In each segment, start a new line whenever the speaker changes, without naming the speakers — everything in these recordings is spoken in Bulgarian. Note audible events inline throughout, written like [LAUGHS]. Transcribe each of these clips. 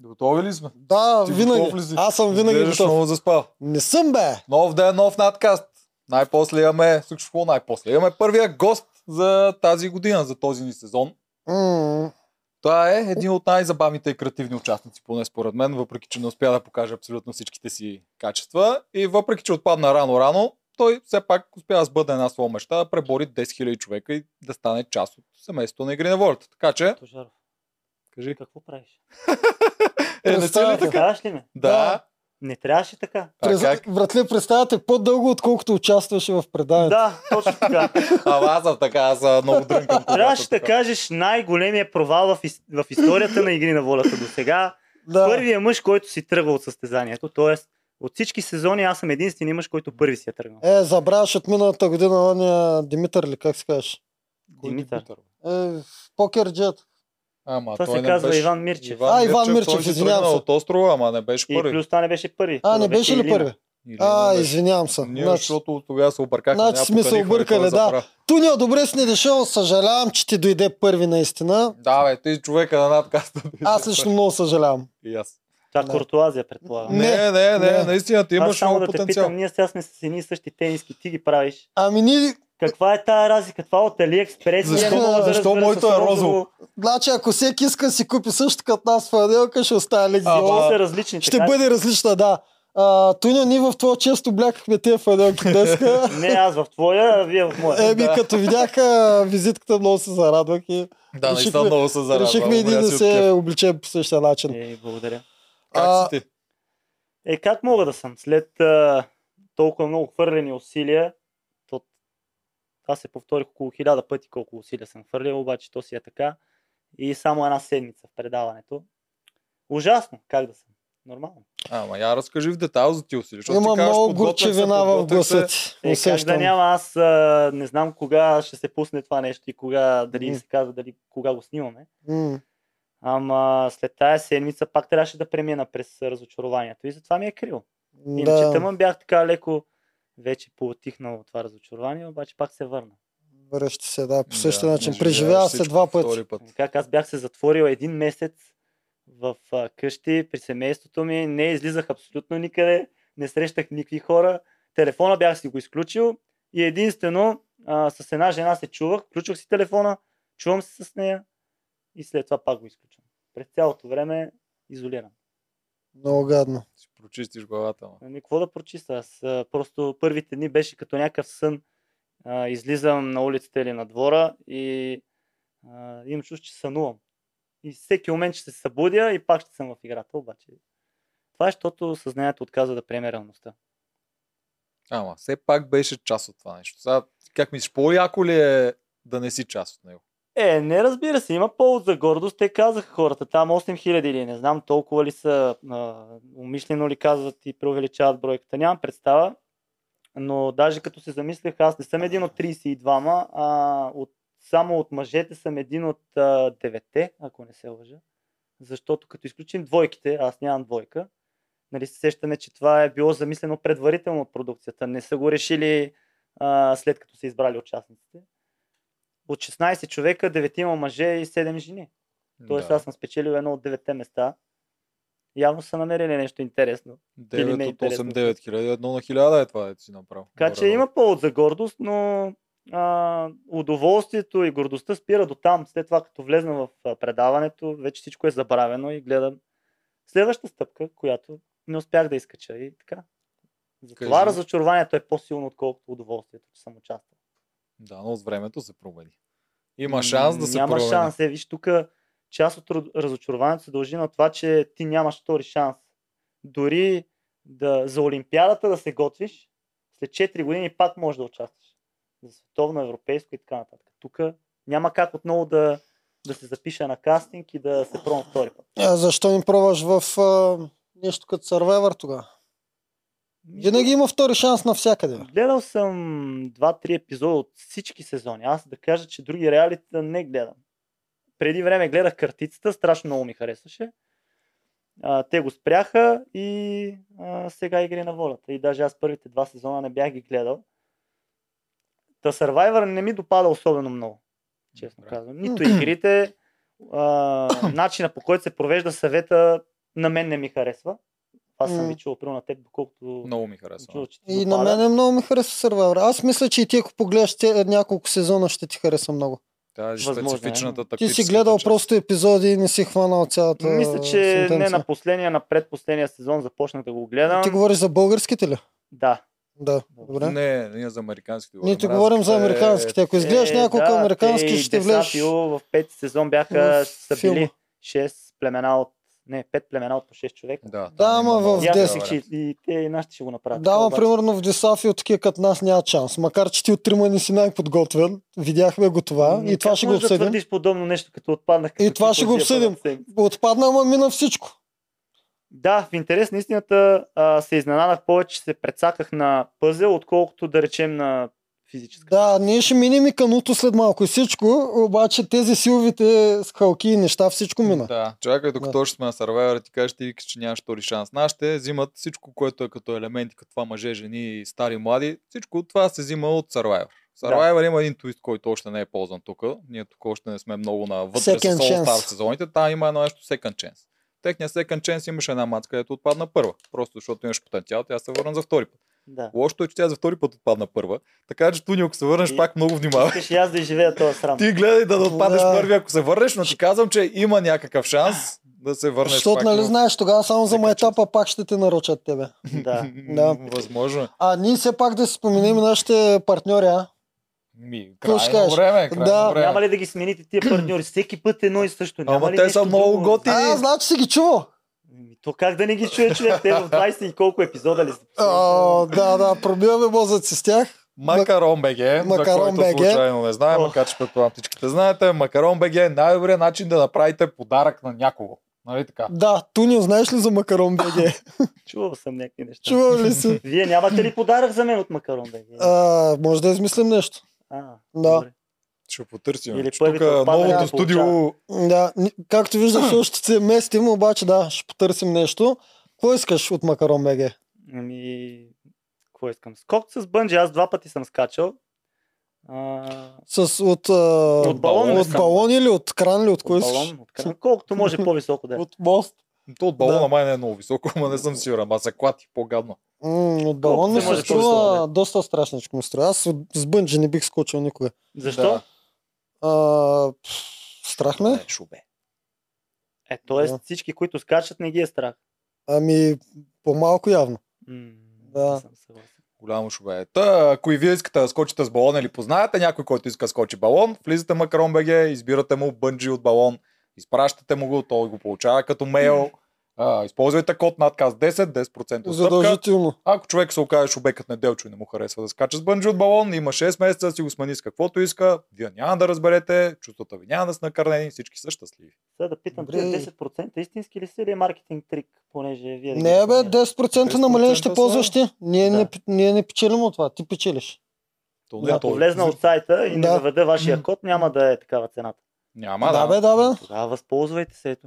Готови ли сме?
Да,
Ти готов
винаги.
ли си?
Аз съм винаги
Изглеждаш
готов.
много заспал.
Не съм бе.
Нов ден, нов надкаст. Най-после имаме, слушай, какво най-после имаме първия гост за тази година, за този ни сезон.
М,
Това е един от най-забавните и креативни участници, поне според мен, въпреки че не успя да покаже абсолютно всичките си качества. И въпреки че отпадна рано-рано, той все пак успя да сбъдне една своя мечта, да пребори 10 000 човека и да стане част от семейството на Игри на волята. Така че,
Тожаров,
кажи,
какво правиш?
е, не си ли
Представя се.
така?
Трябваш ли ме?
Да,
Не трябваше така.
а
през-
как?
Братле, представяте по-дълго, отколкото участваше в предаването.
Да, точно така.
Ама аз съм така, аз а, много дрънкам. когато
Трябваше да
така.
кажеш най-големия провал в, ис- в историята на Игри на волята до сега.
Да.
Първият мъж, който си тръгва от състезанието, т.е. от всички сезони аз съм единствения мъж, който първи си е тръгнал.
Е, забравяш от миналата година ония Димитър ли, как се казваш?
Кой
Димитър.
Димитър?
Е, покерджет.
Ама,
Това
той
се
не
казва
беше...
Иван Мирчев.
А, Иван Мирчев,
той си
извинявам
тръгна
се.
От острова, ама не беше
И
първи.
плюс това не беше първи.
А, не
Това
беше ли
Илина.
първи?
Или
А,
не беше.
извинявам се.
Ние,
Значи,
защото тогава се объркахме.
Значи
няма
сме се
поканихме,
объркали,
кой
да.
забра.
Тунио, добре си не дошъл, съжалявам, че ти дойде първи наистина.
Да, бе, ти човека на надкаста.
Аз лично много съжалявам.
[LAUGHS] И аз.
Това
Да.
Куртуазия, предполагам.
Не,
Не, не, не,
не.
наистина ти
Аз
имаш
само
много
да те
потенциал.
питам, ние сега сме с едни и същи тениски, ти ги правиш.
Ами ни,
Каква е тая разлика? Това от Алиекспрес?
Защо-
Защо,
защо моето е розово?
значи ако всеки иска да си купи също като нас фанелка, ще остане Лекс
Ама,
Диор.
Много са различни.
Ще
така ли?
бъде различна, да. А, Тунио, ние в това често блякахме тия фанелки днес.
[LAUGHS] Не аз в твоя, а вие в моя.
Еми,
Да.
като видяха визитката, много се зарадвах и
Да, наистина
Решихме-
много се зарадва.
решихме един да се обличем по същия начин.
Е, благодаря.
Как си ти?
Е, как мога да съм? След а, толкова много хвърлени усилия, то... аз се повторих около хиляда пъти колко усилия съм хвърлил, обаче то си е така. И само една седмица в предаването. Ужасно, как да съм? Нормално. Е,
Ама я разкажи в детайл за ти усилия. защото ти
Има
кажеш,
много
подготвях се,
горчевина в
подготвях се.
гласа ти.
Е, как да
Усещам.
няма, аз а, не знам кога ще се пусне това нещо и кога, дали
Мгм.
се казва, дали кога го снимаме.
М.
Ама след тая седмица пак трябваше да премина през разочарованието и затова ми е крил. Иначе
Да.
тъмън бях така леко вече поотихнал от това разочарование, обаче пак се върна.
Връща се, да, по
Да,
същия начин.
не
Преживява се
всичко
два пъти.
втори път.
Как аз бях се затворил един месец в а, къщи при семейството ми, не излизах абсолютно никъде, не срещах никакви хора, телефона бях си го изключил и единствено а, с една жена се чувах, включвах си телефона, чувам се с нея и след това пак го изключвам. През цялото време изолиран.
Много гадно.
Си прочистиш главата. ама.
Ами, какво да прочиста? Аз а, просто първите дни беше като някакъв сън. А, излизам на улицата или на двора и а, имам чувство, че сънувам. И всеки момент ще се събудя и пак ще съм в играта, обаче. Това е, защото съзнанието отказва да приеме реалността.
Ама, все пак беше част от това нещо. Сега, как мислиш, по-яко ли е да не си част от него?
Е, не разбира се, има повод за гордост. Те казаха хората, там 8000 или не знам толкова ли са, а, умишлено ли казват и преувеличават бройката. Нямам представа, но даже като се замислях, аз не съм един от 32-ма, а от, само от мъжете съм един от а, 9-те, ако не се лъжа. Защото като изключим двойките, аз нямам двойка, нали се сещаме, че това е било замислено предварително от продукцията. Не са го решили а, след като са избрали участниците от 16 човека, 9 мъже и 7 жени. Тоест
Да.
аз съм спечелил едно от 9 места. Явно са намерили нещо интересно.
9
не е
от 8,
интересно.
9 хиляди, едно на хиляда е това, е си направил.
Така
Добре,
че има повод за гордост, но а, удоволствието и гордостта спира до там. След това, като влезна в а, предаването, вече всичко е забравено и гледам следващата стъпка, която не успях да изкача и така. Затова
Кажи.
разочарованието е по-силно, отколкото удоволствието, че съм участвал.
Да, но с времето се промени. Има шанс да се
Няма
промени.
шанс. Е, виж, тук част от раз- разочарованието се дължи на това, че ти нямаш втори шанс. Дори да, за Олимпиадата да се готвиш, след 4 години пак можеш да участваш. За световно, европейско и така нататък. Тук няма как отново да, да се запиша на кастинг и да се пробвам втори път.
Е, А защо не пробваш в а, нещо като Survivor тогава? Винаги има втори шанс навсякъде.
Гледал съм 2-3 епизода от всички сезони. Аз да кажа, че други реалита не гледам. Преди време гледах картицата, страшно много ми харесваше. А, те го спряха и а, сега игри на волята. И даже аз първите два сезона не бях ги гледал. Та Survivor не ми допада особено много, честно
Добре. [COUGHS]
казвам. Нито игрите, а, начина по който се провежда съвета На мен не ми харесва. Аз съм
М.
ви чувал, примерно на теб, доколкото
Много ми
съм
харесва.
чувал, че ти
И на
допада.
мен много ми харесва Survivor. Аз мисля, че и ти ако погледаш те, е, няколко сезона, ще ти хареса много.
Тази
Възможно е.
специфичната
Ти
тактическа
си гледал
част.
просто епизоди и не си хванал цялата
Мисля, че не
сентенция.
на последния, на предпоследния сезон започнах да го гледам.
Ти говориш за българските ли?
Да.
Да, добре.
Не, ние за американските
Ние ти говорим за
Разликата е-
американските. Ако изгледаш
Е,
няколко
да, те
американски,
и
ще
Десапио
влезеш.
В пети сезон бяха,
в
са
филма.
били 6 племена от... Не, 5 племена от по 6 човека.
е- Да,
Да,
там
ама
има
в
много
И аз
добра
10
мислих, че
вариант.
и и те и нашите ще го направят.
Да, ма,
обаче-
примерно в Десафио такива като нас няма шанс. Макар, че ти от трима не си най-подготвен. Видяхме го това и
М,
това
Ами, как
ще го
можеш да
обсъдим.
твърдиш подобно нещо, като отпаднах. като
И това ще го
психология
обсъдим.
първата седмица?
Отпадна, ама мина всичко.
Да, в интерес на истината а, се изненадах повече, че се прецаках на пъзел, отколкото да речем на физическа.
Да, ние ще минем и кануто след малко и всичко, обаче тези силовите скалки и неща, всичко мина.
Да. Чакай, докато
Да.
още сме на Survivor, ти кажеш, ти викаш, че нямаш втори шанс. Нашите взимат всичко, което е като елементи, като това мъже, жени, стари, млади. Всичко това се взима от Survivor. В Survivor има един твист, който още не е ползван тук. Ние тук още не сме много на вътре
Second
с All Star
chance.
сезоните. Там има едно нещо Second Chance. Техният Second Chance имаше една маца, където отпадна първа. Просто защото имаш потенциал, тя се върна за втори път.
Да.
Лошото е, че тя за втори път отпадна първа. Така че Туни, ако се върнеш,
И-
пак много внимавай.
Искаш и аз да изживея този срам.
Ти гледай да, да отпадеш
Да.
първи, ако се върнеш, но ти казвам, че има някакъв шанс да се върнеш.
Защото,
пак,
нали
но-
знаеш, тогава само за
Така
майтапа пак ще те нарочат тебе.
Да.
[LAUGHS] Да.
Възможно. е.
А ние все пак да си споменем нашите партньори, а?
Ми,
Какво ще
крайно
кажеш?
време, крайно
Да.
време.
Няма ли да ги смените тия партньори? Всеки път едно и също. Няма
Ама
ли
те
нещо
са много
друго?
готини.
А, значи си ги чувал.
Ами, То как да не ги чуе човек? Те в 20 и колко епизода ли са?
О, да, да, пробиваме мозъци с тях.
Макарон БГ, за
Макарон
който
BG.
случайно не знае,
Ох.
макар че предполагам всичките знаете, Макарон БГ е най-добрият начин да направите подарък на някого. Нали така?
Да, Тунио, знаеш ли за
[LAUGHS]
Макарон БГ?
Чувал съм някакви неща.
Чувал ли си?
Вие нямате ли подарък за мен от макарон? Бе?
А, може да измислим нещо.
А,
да.
добре.
Ще потърсим.
Или
Че Тук
първите отпадане
новото
не
студио
Да, ни- както виждаш, още се местим, обаче да, ще потърсим нещо. Кой искаш от Макарон БГ?
Ами, какво искам? Скок с бънджи, аз два пъти съм скачал. А,
С, от, а,
От балон ли
от
само?
балон или от кран ли, от кой
от
искаш?
балон, от кран, колкото може по-високо да е.
От мост.
то от балона
Да.
май не е много високо, [LAUGHS] ама не съм сигурен. Ама се клати по-гадно.
М, от балон ми
Колкото
се
се
може
струва
по-високо,
доста страшничко ми струва. Аз от- с бънджи не бих скочил никога.
Защо?
Да.
А, пф, страх ме.
Не, шубе.
Е, т.е.
Да.
всички, които скачат, не ги е страх.
Ами, по-малко явно.
М,
Да.
не съм съгласен.
Голямо шубе. е. Та, ако и вие искате да скочите с балон или познаете някой, който иска да скочи балон, влизате в Макарон БГ, избирате му бънджи от балон, изпращате му го, той го получава като мейл. А, използвайте код надказ 10, 10% отстъпка.
Задължително.
Ако човек се окаже шубекът на Делчо и не му харесва да скача с бънджи от балон, има 6 месеца да си го смени с каквото иска, вие няма да разберете, чувствата ви няма да са накърнени, всички са щастливи.
Сега да питам,
Добре.
тези 10% истински ли са или е маркетинг трик, понеже вие... да ги
Не, бе,
рекламирате?
10% намаление ще
10%
ползваш ти. Ние,
Да.
не, пи- ние не печелим от това, ти печелиш.
То
Да,
е
Ако
толкова.
влезна от сайта и не
Да.
заведа вашия код, няма да е такава цената.
Няма, да.
да, бе, да, бе.
Тогава възползвайте се ето.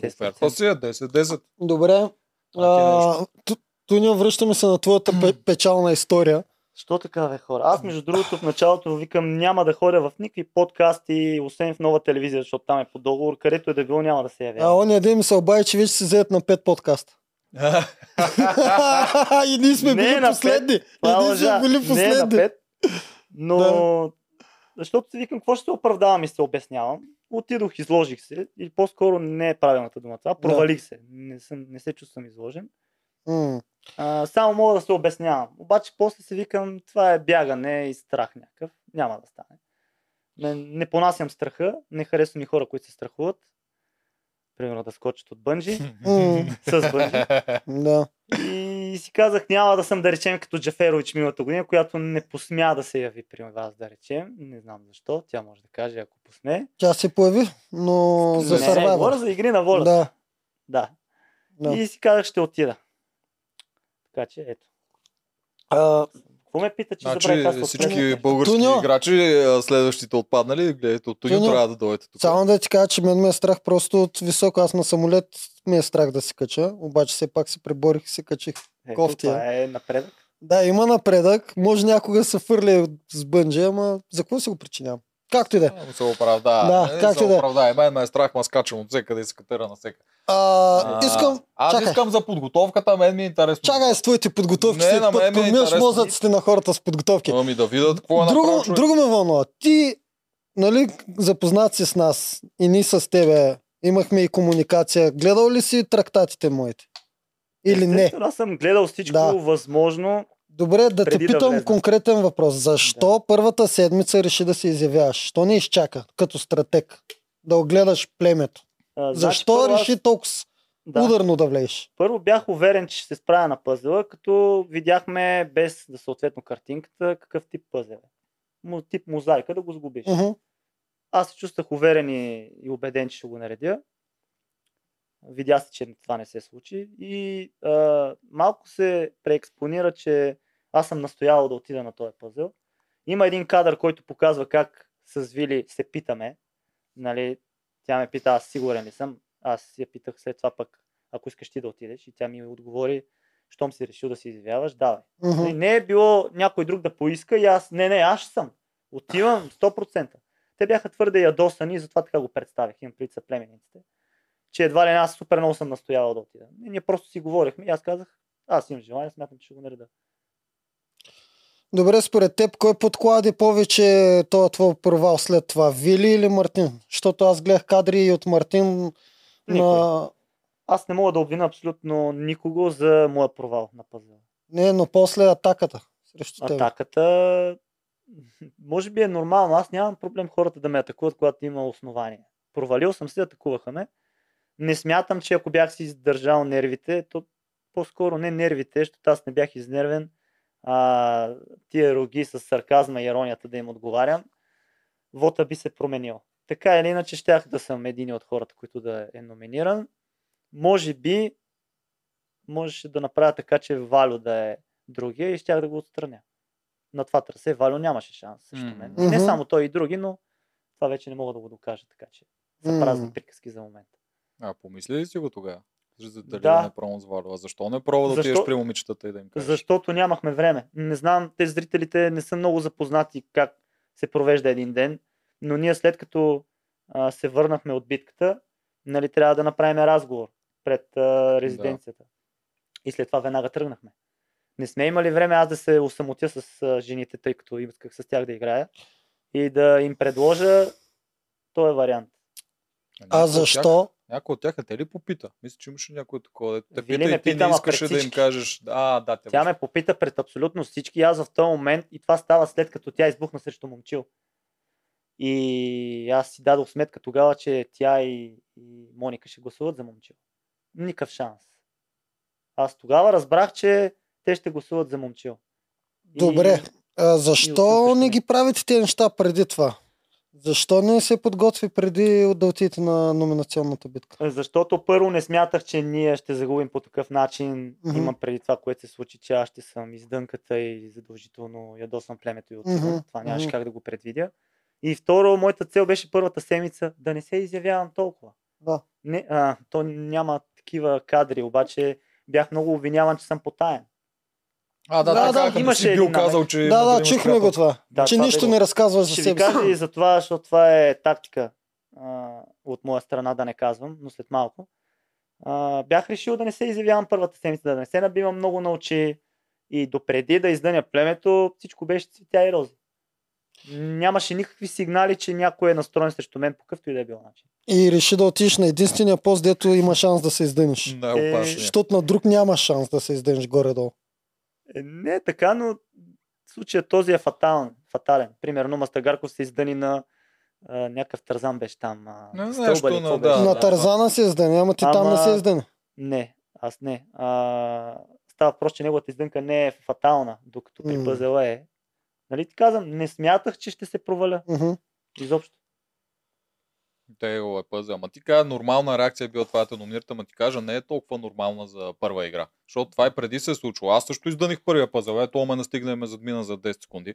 10%.
Оферта си е 10-10.
Добре.
А
А, ту- Тунио, връщаме се на твоята пе- печална история.
Що така, бе, хора? Аз, между другото, в началото викам, няма да ходя в никакви подкасти, освен в нова телевизия, защото там е по договор, където е да било, няма да се явя.
А ония ден ми се обади, че вече си взет на 5 подкаста. [LAUGHS] и ние сме
Не е
били
на пет.
последни.
Това е
И ние
лъжа.
сме били
Не е на
последни.
пет, но... Защото си викам, какво ще се оправдавам и се обяснявам. Отидох, изложих се или по-скоро не е правилната дума. Това провалих се. Не, съм, не се чувствам изложен.
М,
А, само мога да се обяснявам. Обаче после си викам, това е бягане и страх някакъв. Няма да стане. Не, не понасям страха, не харесвам и хора, които се страхуват. Примерно да скочат от бънджи,
[LAUGHS]
м,
с бънджи.
Да.
И си казах, няма да съм, да речем, като Джаферович миналата година, която не посмя да се яви при вас, да речем. Не знам защо, тя може да каже, ако посме.
Тя се появи, но за
не, не, говоря
Survivor.
за игри на волята.
Да,
да.
да.
И си казах, ще отида. Така че, ето.
А,
Какво ме пита, че
Значи
забравих аз
всички български
Туньо.
играчи, а, следващите отпаднали, гледайте от Туньо,
Туньо.
трябва да дойдете тук.
само да ти кажа, че мен ме е страх просто от високо. Аз на самолет ме е страх да се кача, обаче все пак се преборих и се качих. кофти,
Това е напредък.
Да, има напредък. Може някога да се фърли с бънджи, ама за какво се го причинявам? Както и да е.
Само се оправда.
Да,
Е,
както
се
и да е.
оправда. Мен ме е страх, ма скачам от всека да изкатера на всека.
А, искам...
Аз
чакай.
искам за подготовката, мен ми е интересно.
Чакай с твоите подготовки,
Не,
след
на
път
мен ми е
промиваш
интересно.
мозъците на хората с подготовки.
Ами да видят какво е
Друго,
направил човек.
друго ме вълнува. Ти, нали, запознат си с нас и ние с тебе имахме и комуникация. Гледал ли си трактатите моите? Или не?
Естествено, Аз съм гледал всичко
Да.
възможно.
Добре, да те
Преди да
питам
влезна.
конкретен въпрос. Защо първата седмица реши да се изявяваш? Що не изчака като стратег? Да огледаш племето.
А, значи
Защо
първо аз-
реши толкова с-
Да.
ударно да влезеш?
Първо бях уверен, че ще се справя на пъзела, като видяхме без да съответно картинката какъв тип пъзел е. Му- Тип мозайка да го сгубиш.
Мгм.
Аз се чувствах уверен и, и убеден, че ще го наредя. Видя се, че това не се случи. И а, малко се преекспонира, че аз съм настоявал да отида на този пъзел. Има един кадър, който показва как с Вили се питаме. Нали, тя ме пита, аз сигурен ли съм. Аз я питах след това пък, ако искаш ти да отидеш. И тя ми отговори, щом си решил да се изявяваш, давай.
Мгм.
Нали, Не е било някой друг да поиска и аз, не, не, аз ще съм. Отивам 100%. Те бяха твърде ядосани и затова така го представих. Имам предвид са племениците. Че едва ли не аз супер много съм настоявал да отида. И ние просто си говорихме и аз казах, аз имам желание, смятам, че ще го нареда.
Добре, според теб, кой подклади повече този твой провал след това? Вили или Мартин? Защото аз гледах кадри и от Мартин
Никой.
на...
Аз не мога да обвина абсолютно никого за моя провал на пазара.
Не, но после атаката срещу теб.
Атаката, може би е нормално. Аз нямам проблем хората да ме атакуват, когато има основание. Провалил съм се, атакуваха ме. Не смятам, че ако бях си издържал нервите, то по-скоро не нервите, защото аз не бях изнервен. А, тия роги с сарказма и иронията да им отговарям, вота би се променил. Така или иначе, щях да съм един от хората, които да е номиниран. Може би, можеше да направя така, че Валю да е другия и щях да го отстраня на това трасе Валю нямаше шанс срещу
Мгм.
мен.
Мгм.
Не само той и други, но това вече не мога да го докажа, така че са
М.
празни приказки за момента.
А, помисли ли си го тогава? За- Дали
Да.
да. не пробвам с Варва? Защо не пробва да
Защо-
отидеш при момичетата и да им кажеш?
Защото нямахме време. Не знам, те зрителите не са много запознати как се провежда един ден, но ние след като а, се върнахме от битката, нали, трябва да направим разговор пред а, резиденцията. И след това веднага тръгнахме. Не сме имали време аз да се осамотя с а, жените, тъй като исках с тях да играя и да им предложа този вариант.
Някой
А
от Тях,
защо?
някой от тях не те ли попита? Мисля, че имаше някой такова. дето Те
Вили
пита
ме
и ти
пита,
не
ама
искаше
пред
да им
всички.
кажеш. А, да, те
Тя ме попита пред абсолютно всички. Аз в този момент, и това става след като тя избухна срещу момчил. И аз си дадох сметка тогава, че тя и, и Моника ще гласуват за момчил. Никакъв шанс. Аз тогава разбрах, че те ще гласуват за момчил. И-
Добре. А,
отсъстваш
защо не
ми.
ги правите тези неща преди това? Защо не се подготви преди да отидете на номинационната битка?
Защото първо не смятах, че ние ще загубим по такъв начин.
Мгм.
Имам преди това, което се случи, че аз ще съм издънката и задължително ядосвам племето и отивам.
Мгм,
Това нямаше
мгм.
как да го предвидя. И второ, моята цел беше първата седмица да не се изявявам толкова.
Да.
Не, а, то няма такива кадри, обаче бях много обвиняван, че съм потаен.
А, да,
Да,
така,
да,
като
имаше
си бил
един намек.
казал, че... има
да, да,
имаш
чухме го
приятел.
това.
Да,
че
това
нищо
да
не разказваш за
Ще ви
себе си.
кажа и за това, защото това е тактика а, от моя страна да не казвам, но след малко. А, бях решил да не се изявявам първата седмица, да не се набивам много на очи и допреди да издъня племето, всичко беше цветя и рози. Нямаше никакви сигнали, че някой е настроен срещу мен по какъвто и да е бил начин.
И реши да отидеш на единствения пост, дето има шанс да се издъниш.
Най-опасният.
Е,
Защото на друг няма шанс да се издъниш горе-долу.
Е, Не е така, но случая този е фатален. фатален. Примерно Мастагарков се издъни на а, някакъв Тарзан беше там. А,
Не,
стълба
нещо
ли,
на-
какво
да,
беше?
на Тарзана се издъни, ама ти там не е
Ама-
се издъни.
Не, аз не. А, става въпрос, че неговата издънка не е фатална, докато при
М.
пъзела е. Нали ти казвам, не смятах, че ще се проваля
Мгм.
изобщо.
Те го е пъзел. Ама ти кажа, нормална реакция е била това да те номинират, ама ти кажа, не е толкова нормална за първа игра. Защото това и преди се е случило. Аз също издъних първия пъзел, ето ме настигна и ме задмина за 10 секунди.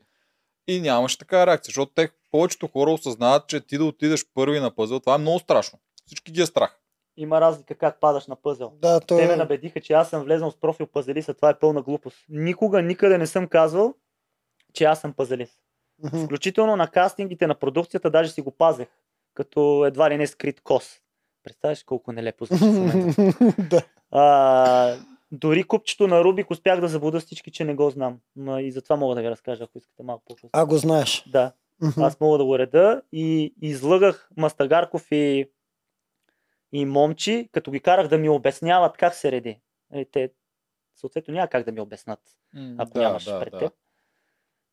И нямаше така реакция, защото те, повечето хора осъзнават, че ти да отидеш първи на пъзел, това е много страшно. Всички ги е страх.
Има разлика как падаш на пъзел.
Да, то
Те ме
е...
набедиха, че аз съм влезнал с профил пазелиса. Това е пълна глупост. Никога, никъде не съм казвал, че аз съм пазелис.
Мгм.
Включително на кастингите на продукцията даже си го пазех, като едва ли не скрит кос. представяш колко
[LAUGHS]
нелепо звучи в момента.
да.
А, дори купчето на Рубик успях да заблуда всички, че не го знам. Ма и затова мога да ви разкажа, ако искате малко по-късно.
А го знаеш.
Да,
Мгм.
аз мога да го реда и излъгах Мастагарков и, и Момчи, като ги карах да ми обясняват как се реди. Е, те съответно няма как да ми обяснат,
М,
ако
да,
нямаш
да,
пред
да.
теб.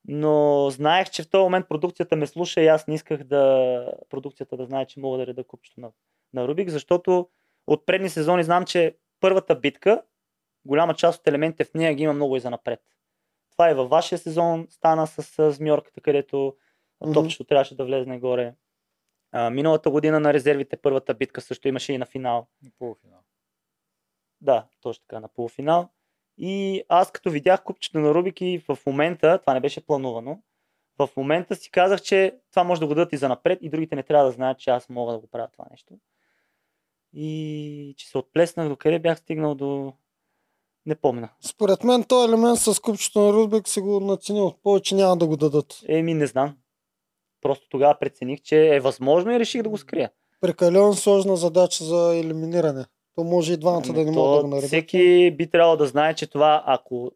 Но знаех, че в този момент продукцията ме слуша и аз не исках да продукцията да знае, че мога да реда купчето на, на Рубик, защото от предни сезони знам, че първата битка, голяма част от елементите в нея ги има много и за напред. Това и във вашия сезон стана с а, змьорката, където
Мгм.
топчето трябваше да влезне горе. А, миналата година на резервите първата битка също имаше и на финал.
На полуфинал.
Да, точно така, на полуфинал. И аз като видях купчето на Рубик и в момента, това не беше планувано, в момента си казах, че това може да го дадат и за напред и другите не трябва да знаят, че аз мога да го правя това нещо. И че се отплеснах до къде бях стигнал до... Не помня.
Според мен този елемент с купчето на Рубик си го наценил. Повече няма да го дадат.
Еми, не знам. Просто тогава прецених, че е възможно и реших да го скрия.
Прекалено сложна задача за елиминиране. То може и двамата да не
Ами
могат да
то
го наредят.
Всеки би трябвало да знае, че това, ако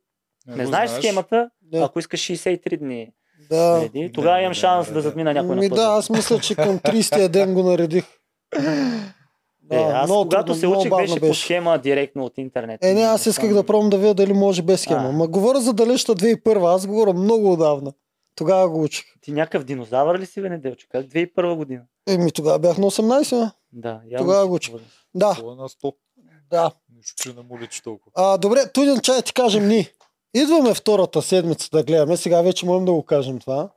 не,
го
знаеш схемата,
Да.
ако искаш 63 дни
Да.
преди,
Не,
тогава
не,
имам
не,
шанс
не,
да
не.
задмина някой
Ми
на
да, аз мисля, че към 30-я ден го наредих.
Е, аз
много
когато
трудно,
се
много
учих,
бавно
беше по схема директно от интернет.
Е, не, аз исках да пробвам да видя дали може без схема.
А.
Ма говоря за далечна 2001, аз говоря много отдавна. Тогава го учих.
Ти някакъв динозавър ли си, бе, Неделчо? Как 2001 година?
Еми, тогава бях на 18. ме.
Да, явно
Тогава
си
го учих.
говориш.
Да,
Това е на 100.
да.
Нищо, че не му личи толкова.
А, добре, Тудин чай ти кажем ни. Идваме втората седмица да гледаме. Сега вече можем да го кажем това.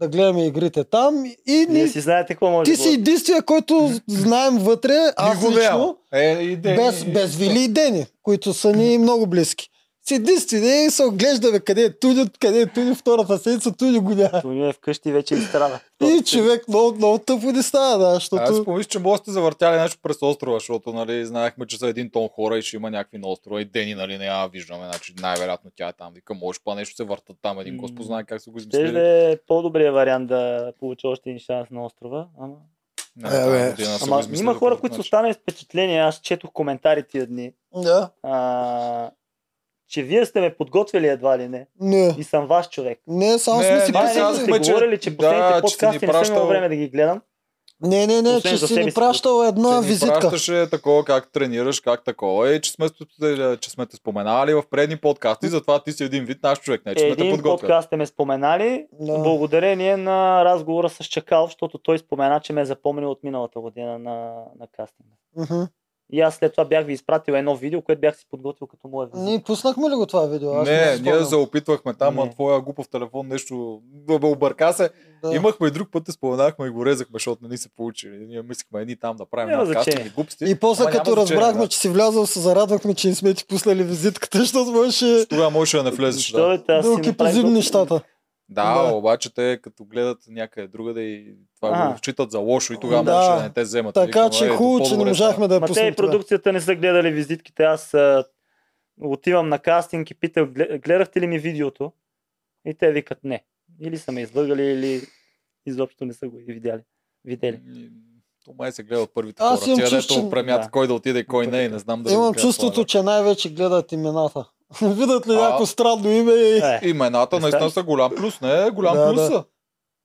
Да гледаме игрите там. И
Вие
ни...
си знаете какво може
Ти
да
си
бъде.
единствия, който знаем вътре. Аз
Никога няма.
лично.
Е, и Дени,
Без,
и-
без Вили и Дени, които са ни много близки. С единствения и се оглеждаме къде е Туди, къде е Туди, втората седмица Туди го няма.
Тони е вкъщи вече и
[LAUGHS]
страда.
И човек много, много тъпо не става, да,
Аз си
защото...
помисля, че може да сте завъртяли нещо през острова, защото нали, знаехме, че са един тон хора и ще има някакви на острова и Дени, нали, не я виждаме, значи най-вероятно тя е там. Вика, може па нещо се въртат там, един
М.
господ знае как са го
Ще
измислили.
да е по-добрият вариант да получи още един шанс на острова. Ама...
Не,
Е,
тази
бе.
година са го
Ама
измислили значи.
има
по
хора,
друг
които са
начин.
останали с впечатление. Аз четох коментари тия дни.
Да,
А, че вие сте ме подготвили едва ли не.
не.
И съм ваш човек.
Не, само сме
Не,
си
не,
Това е нещо,
казахме,
писали.
сте
че-
говорили, че
да,
последните
че ти ни
подкасти не съм
пращал-
имал време да ги гледам.
Не, не, не,
освен
че
за
си ни
себе си.
пращал една
Ти ни
визитка.
пращаше такова как тренираш, как такова. Е, че сме, спо- че сме те споменали в предни подкасти, затова ти си един вид наш човек. Не, че сме те
Един
подготвили.
подкаст сте ме споменали,
Да.
благодарение на разговора с Чакал, защото той спомена, че ме е запомнил от миналата година на, на кастинга.
Мгм.
И аз след това бях ви изпратил едно видео, което бях си подготвил като мое видео.
Ние пуснахме ли го това видео? Аз не
Не,
си
ние
спомням.
се опитвахме там, а
Не.
твоя глупав телефон нещо бе, бе, обърка се.
Да.
Имахме и друг път, те споменахме и го резахме, защото не ни се получи. Ние мислихме едни там да правим
Няма
надкасти
значение.
и глупости.
И после
Ама няма
като
значение,
разбрахме,
да.
че си влязъл, се зарадвахме, че не сме ти пуснали визитката, [LAUGHS] защото можеше
Тогава можеше да не влезеш. Да.
Защо, бе, те, аз
да
си направих
окипозим
друг-
нещата.
да,
Да.
обаче те като гледат някъде другаде и това
А.
го считат за лошо и тогава
Да.
можеше да не те вземат.
Така
Викам,
че
е,
хубаво, че не
по-добре
можахме да я
Ма те
пуснем.
и
тогава.
продукцията не са гледали визитките. Аз а, отивам на кастинг и питам, «Гле- гледахте ли ми видеото? И те викат не. Или са ме излъгали, или изобщо не са го и видяли. Видели.
става. М, То май се гледа от първите
Аз
хора.
имам
Тя
чувство,
дето
че-
премята
Да.
кой да отиде и кой не и не знам дали го
Имам
гледат
чувството,
това,
че най-вече гледат имената. [LAUGHS] Видят ли
А.
някакво странно име и...
Е,
да. Имената наистина
Представиш?
са голям плюс, не? Голям
Да, да.
плюс са.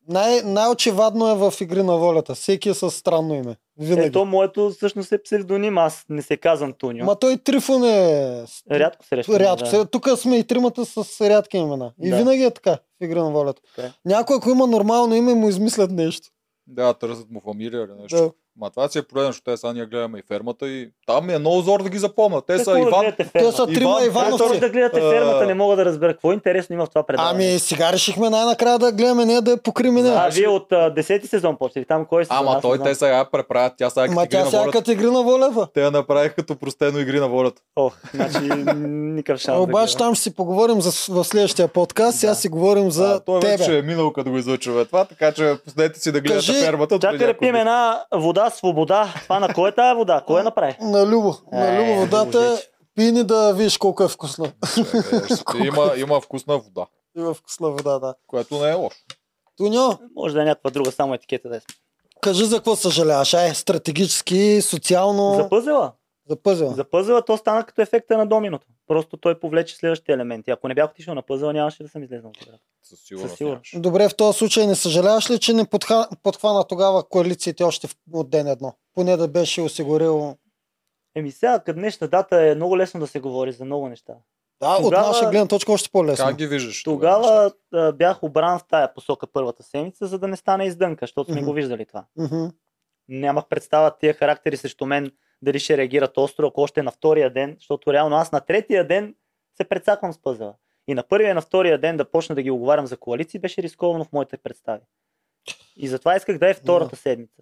Най- най-очевадно е в игри на волята. Всеки е със странно име. Винаги.
Ето моето всъщност е псевдоним, аз не се казвам Тунио.
Ма той Трифон е... с-
Рядко срещам.
Рядко.
Да.
Да. Тук сме и тримата с рядки имена. И
Да.
винаги е така в игра на волята.
Така.
Някой, ако има нормално име, му измислят нещо.
Да, търсят му фамилия или нещо.
Да.
Ма това си е проблем, защото те сега ние гледаме и фермата и там е много зор да ги запомнят. Те
Те
са Иван,
Те са трима
Иван
Ивановци.
Ивановци.
да гледате
А,
фермата, не мога да разбера какво е интересно има в това предаване.
Ами сега решихме най-накрая да гледаме, не да е по криминал.
а
знаеш ли-
вие от а, 10-ти сезон почти ли? Там кой се
Значи- Ама той те сега я преправят, тя сега
Ма
като игри
тя
на
сега
волята.
като игри на волята.
Те я направиха като простено игри на волята.
Ох, значи никакъв шанс. да
Обаче
гледам.
там ще си поговорим за, в следващия подкаст. Сега
Да.
си говорим за
а, той
тебе.
вече е минал като го излъчва бе, това, така че пуснете си да гледате
Кажи-
фермата. от преди
Чакай да
няколко
пием
дни.
една вода, свобода. Това на кой е тая вода? Кой я направи?
На Любо. На
Е,
Любо водата е.
лъжец.
Пи ни да видиш колко е [LAUGHS] вкусна.
Чакай, Е, ще- има, има вкусна вода,
Има вкусна вода, да.
което не е лошо.
Туньо,
Може да е някаква друга, само етикета да е.
Кажи за какво съжаляваш. Ай, стратегически, социално.
За пъзела.
За пъзела.
За пъзела то стана като ефекта на доминото. Просто той повлече следващия елемент. И ако не бях отишъл на пъзела, нямаше да съм излезнал от играта.
Със сигурност.
Със сигурност.
нямаш.
Добре, в този случай не съжаляваш ли, че не подха... подхвана тогава коалициите още в... от ден едно? Поне да беше осигурил.
Еми сега, към днешна дата е много лесно да се говори за много неща.
Да, от
Тогава-
наша гледна точка още по-лесно.
Как ги виждаш?
Тогава а, бях обран в тая посока първата седмица, за да не стане издънка, защото сме
Мгм.
го виждали това.
Мгм.
нямах представа тия характери срещу мен дали ще реагират остро, ако още е на втория ден, защото реално аз на третия ден се прецаквам с пъзела. И на първия и на втория ден да почна да ги оговарям за коалиции беше рисковано в моите представи. И затова исках да е втората седмица.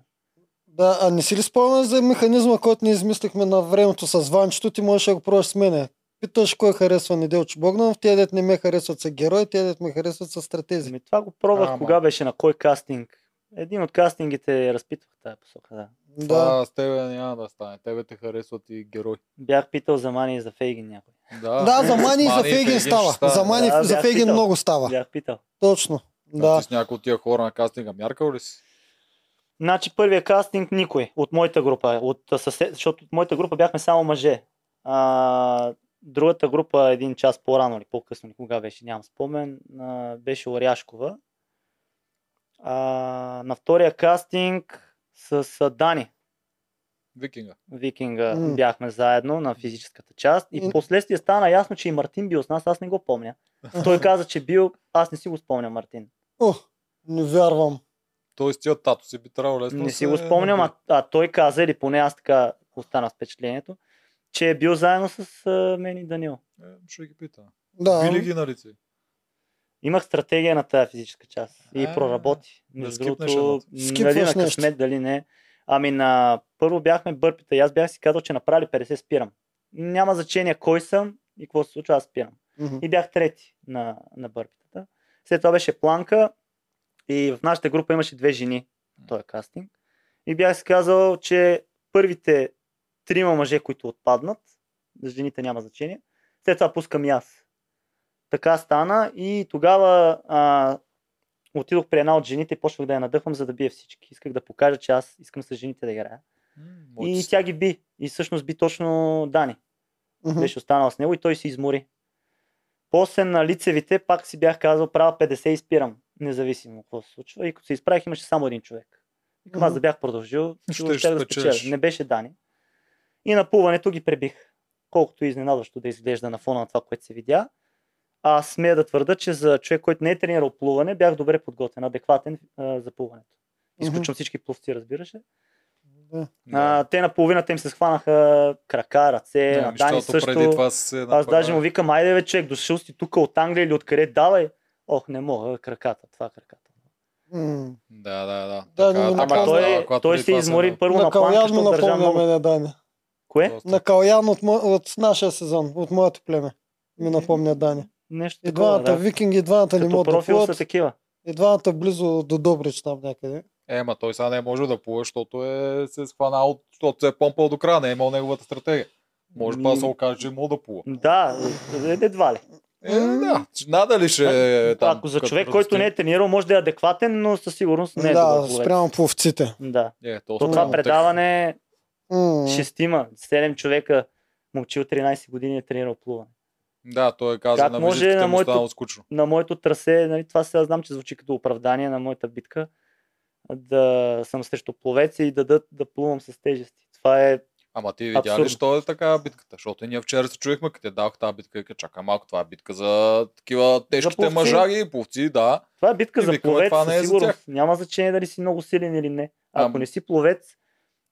Да, а не си ли спомняш за механизма, който ние измислихме на времето с Ванчето, ти можеш да го пробваш с мене. Питаш кой харесва Неделчо Богданов, те дет не ме харесват са герои, те дет ме харесват са стратези.
Ами това го пробвах
Ама.
кога беше, на кой кастинг. Един от кастингите я разпитвах в тази посока, да.
Да.
Да. С тебе няма да стане. Тебе те харесват и герои.
Бях питал за Мани и за Фейгин някой.
Да,
Да, за Мани и за
ще
Фейгин става. За Мани
Да,
и за
бях
Фейгин
питал.
много става.
Бях питал.
Точно.
А
Да.
ти с някои от тия хора на кастинга мяркал ли си?
Значи първия кастинг никой от моята група, от а, съсед, защото от моята група бяхме само мъже. А, другата група е един час по-рано или по-късно, или кога беше, нямам спомен, а, беше Оряшкова. А, на втория кастинг с а, Дани
Викинга.
Викинга
М.
бяхме заедно на физическата част и
М.
в последствие стана ясно, че и Мартин бил с нас, аз не го
[LAUGHS]
помня. Той каза, че бил, аз не си го спомня Мартин.
О, не вярвам.
Тоест тия тато си би трябвало лесно
Не
да е, нали,
си
се
го спомням, а,
набие.
а той каза, или поне аз така остана с впечатлението, че е бил заедно с а, мен и Данил.
Е, ще ги пита.
Да.
Били ги нали, на лице.
Имах стратегия на тази физическа част и
А,
проработи.
да
Между
скипнеш
другото,
едното.
Скипваш
дали на
нещо.
късмет, дали не. Ами на първо бяхме бърпите и аз бях си казал, че направи 50 спирам. Няма значение кой съм и какво се случва, аз спирам.
Мгм.
И бях трети на, на бърпитата. След това беше планка и в нашата група имаше две жени в този кастинг. И бях си казал, че първите трима мъже, които отпаднат, за жените няма значение, след това пускам и аз. Така стана и тогава а, отидох при една от жените и почнах да я надъхвам, за да бия всички. Исках да покажа, че аз искам с жените да играя.
М,
и
моите си.
тя ги би. И всъщност би точно Дани
Мгм.
беше останал с него и той се измори. После на лицевите пак си бях казал, правя 50 и спирам, независимо какво се случва. И като се изправих, имаше само един човек. И към аз да бях продължил, сигурно
Щеш
щях да
да
спечеля.
спечелиш.
Не беше Дани. И на плуването ги пребих. Колкото и изненадващо да изглежда на фона на това, което се видя. Аз смея да твърда, че за човек, който не е тренирал плуване, бях добре подготвен, адекватен а, за плуването. Изключвам всички пловци, разбираше.
Да.
А,
Да.
те на половината им се схванаха крака, ръце,
Не,
на
ми,
Дани
защото
също.
преди това се
Аз даже му
направи.
викам, айде бе, човек, дошъл си тук от Англия или откъде, давай. Ох, не мога, краката, това е краката.
М.
Да, да, да.
Да,
Така-
но
така
Ама
казва,
става,
той,
когато
той
преди
се
това
измори
на-
първо на
На
планка,
Калян ми
защото държа
напомня
много.
мене, Дани.
Кое?
Просто.
На Калян от, мо- от нашия сезон, от моето племе. Ми напомня Дани.
Нещо
И
такова,
двамата
да.
викинги, и двамата не
Като
могат да
профил
плуват.
са такива.
И двамата близо до Добрич там някъде.
Е, ма той сега не е можел да плува, защото е се е схванал, защото се е помпал до края, не е имал неговата стратегия. Може
Ми-
па да се окаже, че е имал да плува.
Да, е- е- едва ли.
Е, да, че надали ще е там.
Ако за
като
човек, който не е тренирал, може да е адекватен, но със сигурност не е
да,
добър пловец.
спрямо пловците.
Да.
Е,
То
то
това
спрямо тях.
предаване
М.
шестима, седем човека, момче от 13 години е тренирал плуване.
Да, той е казал
Как
на
може
визитките
на
му моето...
моето-
станало скучно.
на моето трасе, нали, това сега знам, че звучи като оправдание на моята битка, да съм срещу пловеца и да, да, да плувам с тежести. Това е...
Ама ти видя ли,
Абсурдно.
що е така битката? Защото и ние вчера се чуехме, като те дадох тази битка и ка, чакай малко, това е битка за такива тежките
пловци.
мъжаги, пловци, да.
Това е битка
И
за
викаме,
пловец,
това
със
не е за
сигурност.
тях.
Няма значение дали си много силен или не. Ако
Ам.
не си пловец,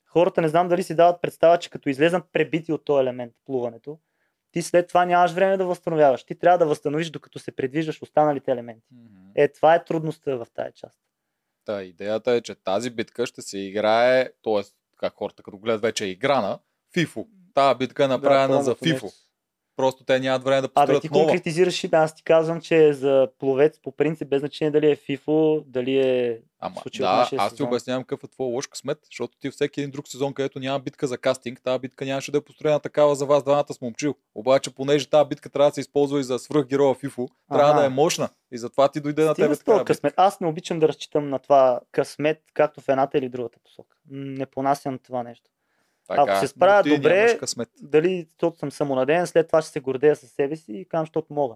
хората не знам дали си дават представа, че като излезам пребити от този елемент, плуването, ти след това нямаш време да възстановяваш. Ти трябва да възстановиш, докато се предвиждаш останалите елементи. Е, това е трудността в тази част.
Та, идеята е, че тази битка ще се играе, т.е. как хората като гледат вече е играна, FIFO. Тая битка е направена
пробвам
за
това нещо.
FIFO. Просто те нямат време да
Абе,
построят
ти
нова.
конкретизираш и аз ти казвам, че за пловец по принцип без значение дали е FIFO, дали е
Ама,
случи в
да,
нашия
аз ти
сезон.
обяснявам какъв е твой лош късмет, защото ти всеки един друг сезон, където няма битка за кастинг, тази битка нямаше да е построена такава за вас двамата с момчил. Обаче, понеже тази битка трябва да се използва и за свръхгероя в ИФО, трябва
Ага.
да е мощна. И затова ти дойде на
Стига
тебе
с този
така. битка.
късмет. Аз не обичам да разчитам на това късмет, както в едната или другата посока. М, Не понасям това нещо. Ако
Така,
се справя
но ти
добре,
нямаш късмет.
Дали защото съм самонаден, след това ще се гордея със себе си и казвам, защото мога.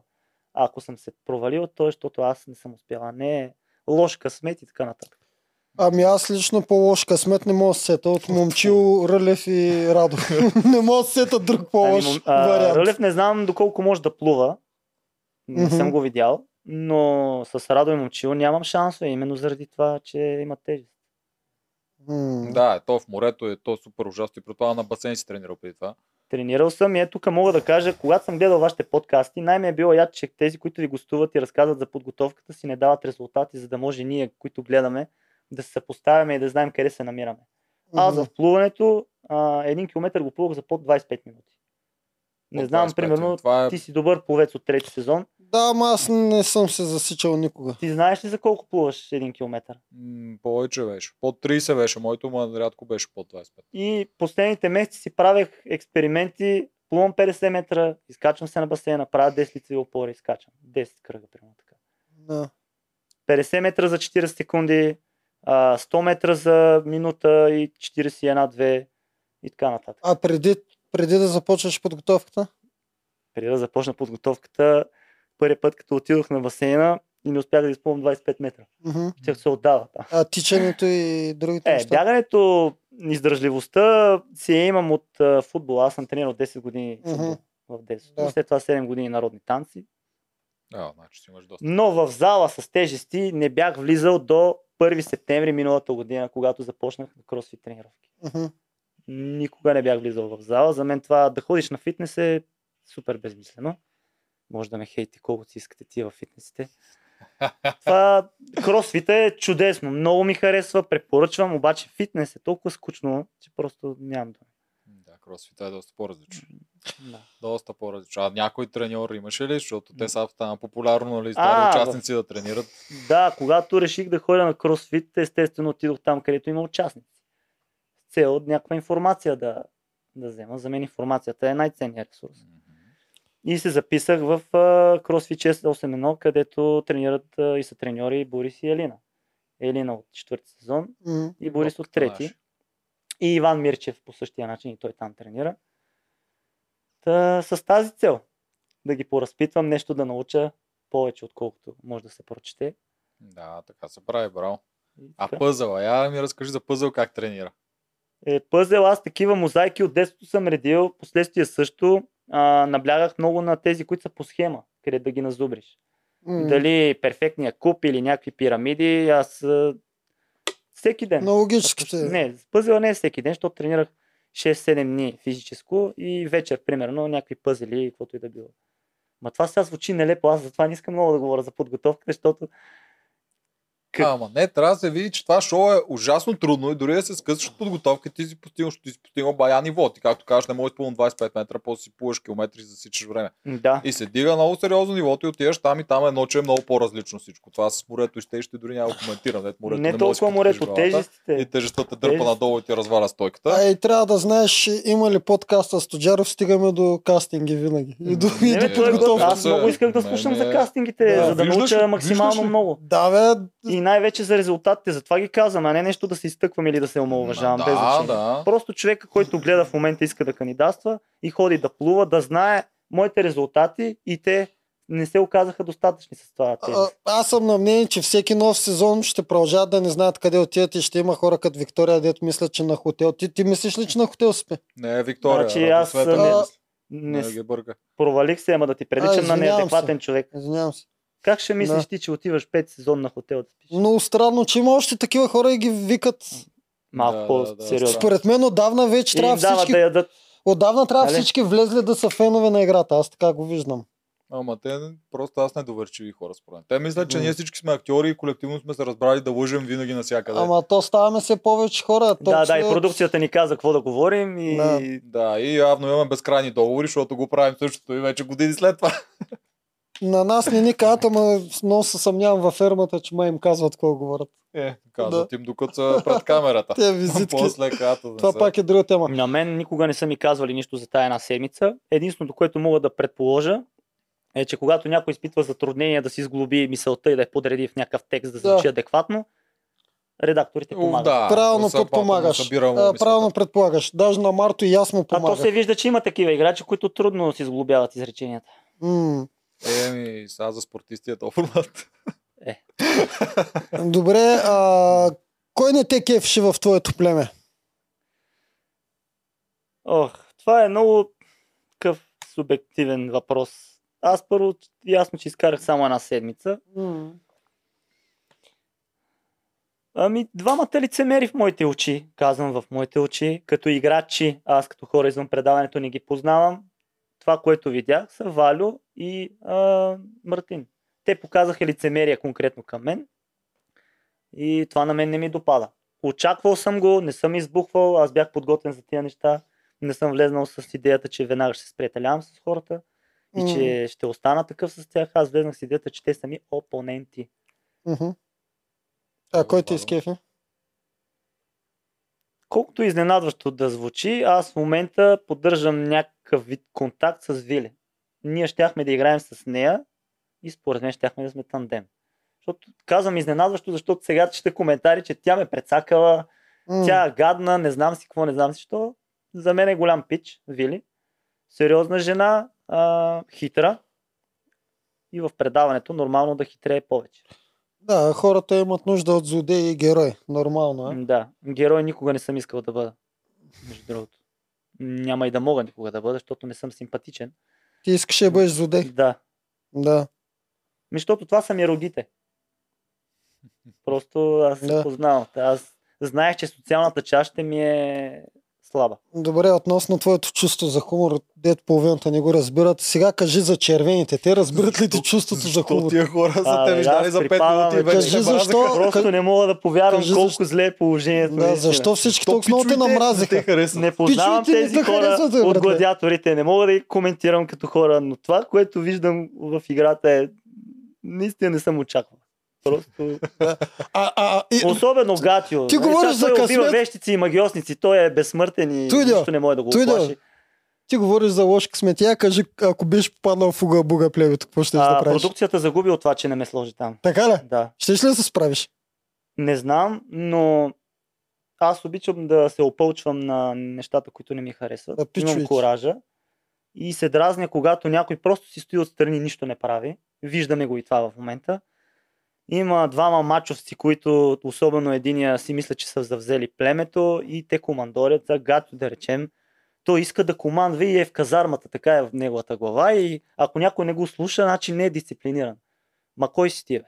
А ако съм се провалил, то е, защото аз не съм успял. А не е лош късмет и така нататък.
Ами аз лично по-лош късмет не мога да се сета от момчил Рълев и Радо.
[LAUGHS]
не мога да се сета друг по-лош
Ами, м- а,
вариант.
Рълев не знам доколко може да плува. Не
Мгм.
съм го видял. Но с Радо и Момчил нямам шансове, именно заради това, че има тежест.
М,
Да, то в морето е, то е супер ужасно и предполагам на басейн си тренирал преди това.
Тренирал съм и е тук мога да кажа, когато съм гледал вашите подкасти, най-ми е било яд, че тези, които ви гостуват и разказват за подготовката си, не дават резултати, за да може ние, които гледаме, да се съпоставяме и да знаем къде се намираме. Аз
м.
в плуването а, един километър го плувах за под 25 минути. Не
Под
знам,
25
примерно,
Това е
ти си добър пловец от трети сезон.
Да, ама аз не съм се засичал никога.
Ти знаеш ли за колко плуваш един километър?
м, повече беше. Под 30 беше, моето, ма рядко беше под 25.
И последните месеци си правех експерименти, плувам 50 метра, изкачвам се на басейна, правя 10 лицеви опори, изкачвам. 10 кръга, примерно така.
Да.
50 метра за 40 секунди, а, 100 метра за минута и 41-2 и така нататък.
А преди, преди да започнеш подготовката?
Преди да започна подготовката, първият път като отидох на басейна и не успях да изпълня 25 метра.
Мгм.
Тях се отдава там.
А тичането и другите
Е,
неща?
бягането, издържливостта си я имам от а, футбола. Аз съм тренирал 10 години
Мгм.
футбол в 10.
Да.
След това 7 години народни танци.
А, значи си имаш доста.
Но в зала с тежести не бях влизал до 1 септември миналата година, когато започнах кросфит тренировки.
Мгм.
Никога не бях влизал в зала. За мен това да ходиш на фитнес е супер безмислено. Може да ме хейте колкото си искате тия във фитнесите. Това кросфит е чудесно. Много ми харесва, препоръчвам, обаче фитнес е толкова скучно, че просто нямам думи.
Да, кросфита е доста по-различно.
Да.
Доста по-различно. А някой треньор имаше ли? Защото те са стана популярно, нали,
А,
стари
в-
участници да тренират.
да, когато реших да ходя на кросфит, естествено отидох там, където има участници. С цел от някаква информация да, да взема. За мен информацията е най-ценният ресурс. И се записах в а, кросфит 681, където тренират а, и са треньори Борис и Елина. Елина от четвърти сезон
М.
и Борис от
Топката
трети.
наша.
И Иван Мирчев по същия начин и той там тренира. Та, с тази цел да ги поразпитвам, нещо да науча повече, отколкото може да се прочете.
Да, така се прави, браво.
И
А
така.
пъзъла, я ми разкажи за пъзъл как тренира.
Е, пъзел, аз такива мозайки от детството съм редил, последствие също а, наблягах много на тези, които са по схема, къде да ги назубриш.
М.
Дали перфектния куп или някакви пирамиди, аз а, всеки ден.
На логическите.
Не, пъзела не е всеки ден, защото тренирах 6-7 дни физическо и вечер, примерно, някакви пъзели и каквото и да било. Ма това сега звучи нелепо, аз затова не искам много да говоря за подготовката, защото Как-
Ама не, трябва да се види, че това шоу е ужасно трудно и дори да се скъсаш от подготовка, ти си постигнал, защото ти си постигнал бая ниво. Ти както кажеш, не можеш пълно 25 метра, после си плуваш километри и засичаш време.
да.
И се дига много сериозно нивото и отиваш там и там едно, че е много по-различно всичко. Това с морето и щеще дори няма да го коментирам. Дето морето
не
може
толкова е
да си потиш
морето,
главата. И
тежестите.
тежестта те
Е,
дърпа
Тежест.
надолу и ти разваля стойката.
А и трябва да знаеш, има ли подкаста с Тоджаров, стигаме до кастинги винаги. И до, и
Не,
до
бе, той е
подготовка.
готов. Аз
Се-
много исках да
не,
слушам
не.
за кастингите,
Да.
за да
Виждаш ли?
науча
Виждаш
максимално
ли?
много.
Да, бе,
И най-вече за резултатите, затова ги казвам, а не нещо да се изтъквам или да се омалуважавам. без
Да,
значение.
да.
Просто човека, който гледа в момента иска да кандидатства и ходи да плува, да знае моите резултати и те не се оказаха достатъчни с това.
а,
тежест.
аз съм на мнение, че всеки нов сезон ще продължават да не знаят къде отиват и ще има хора като Виктория, дето мислят, че на хотел. Ти, ти мислиш ли, че на хотел спи?
Не, Виктория.
Значи
Радо
аз
Света,
не-
не мисли.
Не,
не
с-
ги бърка.
провалих се, ама да ти
А,
приличам на
извинявам
неадекватен човек.
Извинявам се.
Как ще
Да.
мислиш ти, че отиваш 5 сезон на хотел да спиш?
Много странно, че има още такива хора и ги викат.
Малко
Да, да, да.
по-сериозно.
Според мен отдавна вече
И им
трябва
дава
всички,
да ядат.
отдавна трябва
Нали?
всички влезли да са фенове на играта. Аз така го виждам.
Ама те просто аз недоверчиви хора според мен. Те мислят, че
М.
ние всички сме актьори и колективно сме се разбрали да лъжем винаги навсякъде.
Ама то ставаме все повече хора.
Да, да, и
Точно-
продукцията ни каза какво да говорим и
Да. [LAUGHS]
Да, и явно имаме безкрайни договори, защото го правим същото и вече години след това.
На нас не ни казват, ама много се съмнявам в фермата, че май им казват какво говорят.
Е, казват им докато са пред камерата.
[LAUGHS] Те визитки.
После Ами, като
Това пак е друга тема.
На мен никога не са ми казвали нищо за тая една седмица. Единственото, което мога да предположа, е, че когато някой изпитва затруднение да си сглоби мисълта и да я подреди в някакъв текст да звучи
Да.
адекватно, редакторите помагат.
е Правилно подпомагаш. А, Правилно предполагаш. Даже на Марто и аз му
А то
помагах.
се вижда, че има такива играчи, които трудно си сглобяват изреченията.
М,
Еми, сега за спортисти е този формат.
Добре, а, кой не те кефши в твоето племе?
Ох, това е много такъв субективен въпрос. Аз първо ясно, че изкарах само една седмица. Ами, двамата лицемери в моите очи, казвам в моите очи, като играчи, аз като хора извън предаването не ги познавам. Това, което видях, са Валю и а, Мартин. Те показаха лицемерие конкретно към мен и това на мен не ми допада. Очаквал съм го, не съм избухвал, аз бях подготвен за тия неща, не съм влезнал с идеята, че веднага ще се сприятелявам с хората и
М.
че ще остана такъв с тях. Аз влезнах с идеята, че те са ми опоненти.
Мгм. А кой ти изкефи?
колкото изненадващо да звучи, аз в момента поддържам някакъв вид контакт с Вили. Ние щяхме да играем с нея и според мен щяхме да сме тандем. Защото казвам изненадващо, защото сега ще коментари, че тя ме прецакала,
М,
тя е гадна, не знам си какво, не знам си що. За мен е голям пич, Вили. Сериозна жена, а, хитра. И в предаването нормално да хитрее повече.
Да, хората имат нужда от злодей и герой. Нормално е.
М, Да, герой никога не съм искал да бъда. Между другото. Няма и да мога никога да бъда, защото не съм симпатичен.
Ти искаш да бъдеш злодей.
Да.
Да.
Ми, защото това са ми родите. Просто аз се
Да.
познавам. Та Аз знаех, че социалната част ще ми е слаба.
Добре, относно твоето чувство за хумор, дето половината не го разбират. Сега кажи за червените. Те разбират ли ти чувството за
Защо
хумор?
тия хора са
А,
те
бе,
виждали
аз
за 5
припадам,
минути и
бе,
вече
кажи
не
защо-
мразеха?
Просто
как-
не мога да повярвам
кажи
колко
защо-
зле е положението.
Да,
наистина.
защо всички
Защо
толкова много те
пичовете Не
намразиха?
те харесват.
Не познавам
Пичовете не
тези
те
хора
харесват, бе,
от
братле.
гладиаторите. Не мога да ги коментирам като хора, но това, което виждам в играта е... Наистина не съм очаквал. Просто...
А, а, а, и,
[LAUGHS] Особено Гатио.
Ти
Нали,
говориш
сега
за
Той убива
късмет.
вещици и магиосници. Той е безсмъртен и
Туйдо,
нищо не може да го
туйдо.
оплаши.
ти говориш за лош късмет. Я кажи, ако беше попаднал в уга буга плебето, какво ще да
А,
правиш?
продукцията загуби от това, че не ме сложи там.
Така ли?
Да.
Щеш ли да се справиш?
Не знам, но аз обичам да се опълчвам на нещата, които не ми харесват.
Да,
Имам
пичовете.
коража. И се дразня, когато някой просто си стои отстрани и нищо не прави. Виждаме го и това в момента. Има двама мачовци, които особено единия си мисля, че са завзели племето и те командорят за гато, да речем. Той иска да командва и е в казармата, така е в неговата глава и ако някой не го слуша, значи не е дисциплиниран. Ма кой си ти, бе?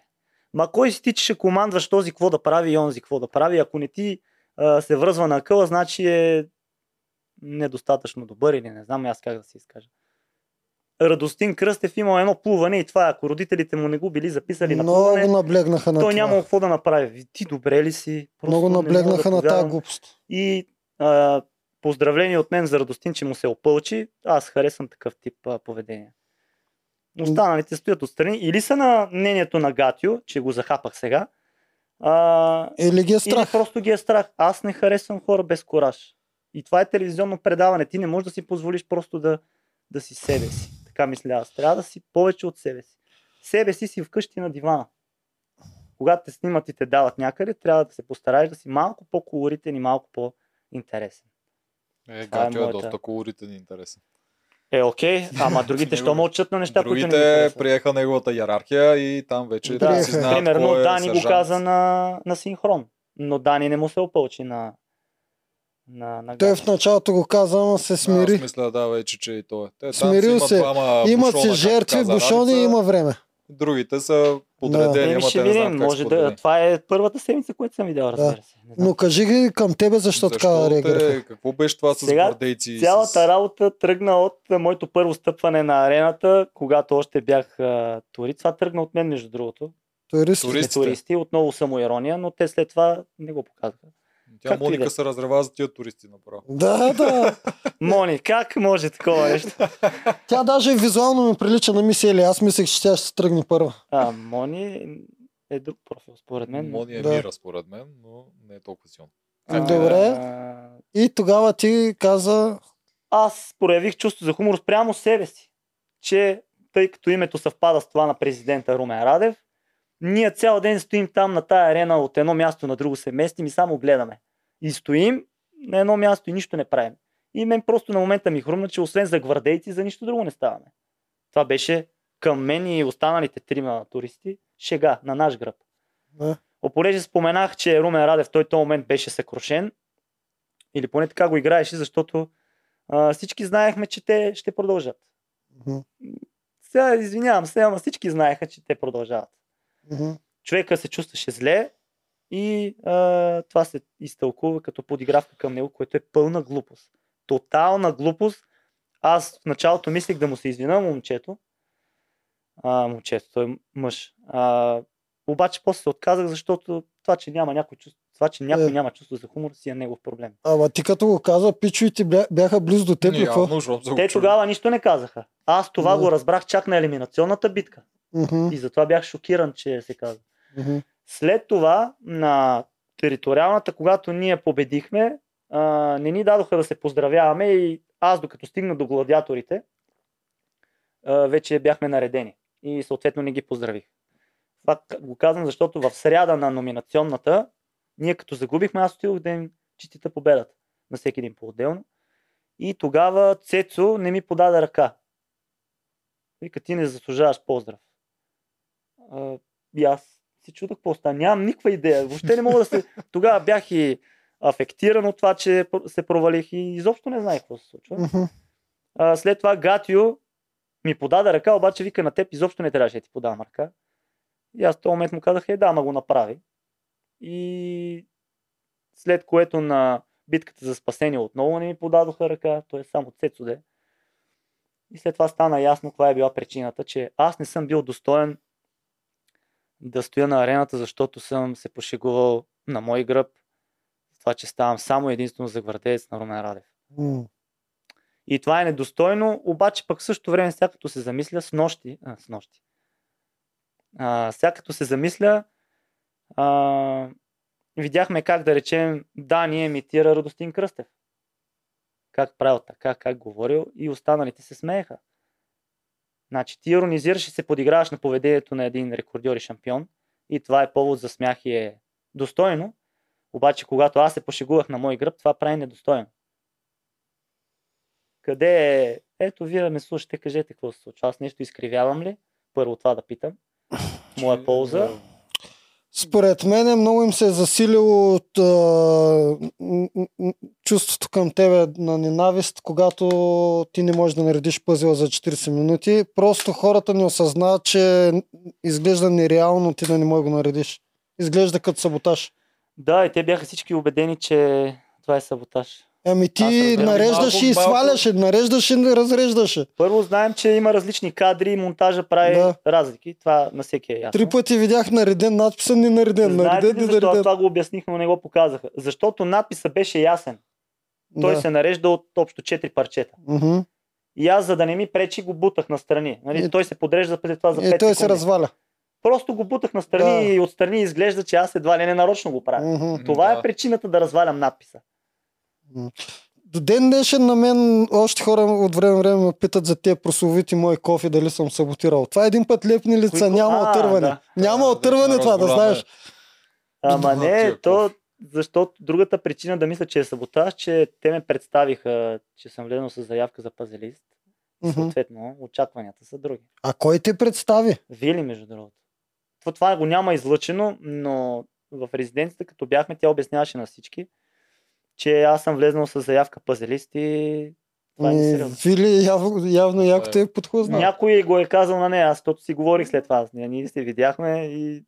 Ма кой си ти, че ще командваш този какво да прави и онзи какво да прави? Ако не ти а, се връзва на къла, значи е недостатъчно добър или не знам аз как да се изкажа. Радостин Кръстев имал едно плуване и това, е, ако родителите му не го били записали на плуване,
Много наблегнаха на
той
това.
няма какво да направи. Ви, Ти добре ли си? Просто
Много
не мога
наблегнаха на тази
повярвам.
глупост.
И а, поздравление от мен за Радостин, че му се опълчи. Аз харесвам такъв тип а, поведение. Останалите стоят отстрани. Или са на мнението на Гатио, че го захапах сега, а,
Или ги е страх.
или просто ги е страх. Аз не харесвам хора без кораж. И това е телевизионно предаване. Ти не можеш да си позволиш просто да, да си себе си. Така мисля аз. Трябва да си повече от себе си. Себе си си вкъщи на дивана. Когато те снимат и те дават някъде, трябва да се постараеш да си малко по-колоритен и малко по-интересен.
Е,
Това е
Гатио е
моята.
доста колоритен и интересен.
Е, окей, ама другите
Него-
що мълчат на неща, които не ми
Другите
харесват?
приеха неговата иерархия и там вече
Да,
да си знаят
Примерно
кой е
Дани го
сержант.
каза на, на синхрон, но Дани не му се опълчи на, на, на
Той е
Гач.
в началото го каза, но
Да,
се
аз
смири.
мисля, да, вече, че и той. е. Те, там
Смирил
си
се.
Имат, двама
Имат
бушона,
се
както
жертви,
каза
бушони и
Ралица.
има време.
Другите са подредени,
Еми,
ама
ще
те не знам
видим,
как
може да. Това е първата седмица, която съм видял, разбира се. Не знам.
Но кажи ги към тебе, защо, така реагираха.
те, какво беше това с
Сега
гордейци? и
Цялата
с...
работа тръгна от а, моето първо стъпване на арената, когато още бях а, турист. Това тръгна от мен, между другото.
Турист.
Турист. Туристите.
Туристи, отново самоирония, но те след това не го показаха.
Тя
Както и да
Моника
е.
се разрева за тия туристи направо.
Да, да.
Мони, как може такова нещо?
[LAUGHS]
Тя даже визуално ми прилича на мисели. Аз мислех, че тя ще се тръгне първа.
А, Мони е друг профил, според мен. но-
Мони е
да.
мира, според мен, но не е толкова силно.
А,
Добре.
а,
И тогава ти каза,
аз проявих чувство за хумор спрямо себе си, че тъй като името съвпада с това на президента Румен Радев, ние цял ден стоим там на тая арена от едно място на друго се местим и само гледаме. И стоим на едно място и нищо не правим. И мен просто на момента ми хрумна, че освен за гвардейци, за нищо друго не ставаме. Това беше към мен и останалите трима туристи шега на наш гръб.
Да.
О, понеже споменах, че Румен Радев той този момент беше съкрушен, или поне така го играеше, защото а, всички знаехме, че те ще продължат.
Мгм.
Сега извинявам се, ама всички знаеха, че те продължават.
мгм,
Човека се чувстваше зле и а, това се изтълкува като подигравка към него, което е пълна глупост. Тотална глупост. Аз в началото мислех да му се извина момчето. А, момчето, той е мъж. А, обаче после се отказах, защото това, че няма някой чувство, това, че някой
Е.
няма чувство за хумор, си е негов проблем.
ама ти като го каза, пичовите бля- бяха близо до теб,
Не,
ли, какво?
явно, защото са го
Те
чули.
тогава нищо не казаха. Аз това
Да.
го разбрах чак на елиминационната битка.
Мгм,
И затова бях шокиран, че се казва.
мгм.
След това на териториалната, когато ние победихме, а, не ни дадоха да се поздравяваме и аз докато стигна до гладиаторите, а, вече бяхме наредени и съответно не ги поздравих. Това к- го казвам, защото в сряда на номинационната, ние като загубихме, аз отидох да им честита победата на всеки един по-отделно. И тогава Цецо не ми подаде ръка. Вика, ти не заслужаваш поздрав. А, и аз се чудах какво стана. Нямам никаква идея. Въобще не мога да се... [LAUGHS] Тогава бях и афектиран от това, че пр- се провалих и изобщо не знаех какво се случва.
Мгм.
А, след това Гатио ми подаде ръка, обаче вика на теб изобщо не трябваше да ти подавам ръка. И аз в този момент му казах, е да, ама го направи. И след което на битката за спасение отново не ми подадоха ръка, той е само Цецуде. И след това стана ясно каква е била причината, че аз не съм бил достоен да стоя на арената, защото съм се пошегувал на мой гръб с това, че ставам само единствено за гвардеец на Румен Радев.
М,
И това е недостойно, обаче пък в същото време, сега като се замисля с нощи, а, с нощи, а, сега като се замисля, а, видяхме как да речем, да, ни емитира Радостин Кръстев. Как правил така, как говорил и останалите се смееха. Значи ти иронизираш и се подиграваш на поведението на един рекордьор и шампион и това е повод за смях и е достойно, обаче когато аз се пошегувах на мой гръб, това прави недостойно. Къде е? Ето, вие ме слушате, кажете какво се случва. Аз нещо изкривявам ли? Първо това да питам. Моя полза.
Според мен много им се е засилило от, а, м- м- м- чувството към тебе на ненавист, когато ти не можеш да наредиш пъзела за 40 минути. Просто хората не осъзнават, че изглежда нереално ти да не можеш да го наредиш. Изглежда като саботаж.
Да, и те бяха всички убедени, че това е саботаж.
Ами
Аз
ти
разбирам.
нареждаш
Малко-
и
малко-
сваляш, нареждаш и разреждаш.
Първо знаем, че има различни кадри и монтажа прави
Да.
да. разлики. Това на всеки е ясно.
Три пъти е, нали, видях нареден надписа, не нареден,
Знаете
нареден,
ли
не
защо? Аз
нареден.
това го обясних, но не го показаха. Защото надписа беше ясен. Той
Да.
се нарежда от общо 4 парчета.
Мгм.
И аз, за да не ми пречи, го бутах настрани. Нали?
Е,
той се подрежда преди това за 5
И той се
секунди.
разваля.
Просто го бутах настрани
Да.
и отстрани изглежда, че аз едва ли не нарочно го правя.
Мгм.
Това е
Да.
причината да развалям надписа.
До ден днешен на мен още хора от време на време ме питат за тия прословити мои кофи, дали съм саботирал. Това е един път лепни лица,
Кои ко-
няма
А,
отърване.
да.
Няма
Да,
отърване
вече
това, да
разболяме.
знаеш.
Ама
Добре,
не,
тия
то, защото другата причина да мисля, че е саботаж, че те ме представиха, че съм влезнал с заявка за пазелист. И
Мгм.
съответно, очакванията са други.
А кой те представи?
Вили, между другото. Това, това го няма излъчено, но в резиденцията, като бяхме, тя обясняваше на всички, че аз съм влезнал с заявка пазелист и това е
Ми,
несериозно.
Ами, Вили, явно, явно яко те е подхлъзнал.
Някой го е казал на нея, аз защото си говорих след това. Ние, ние се видяхме и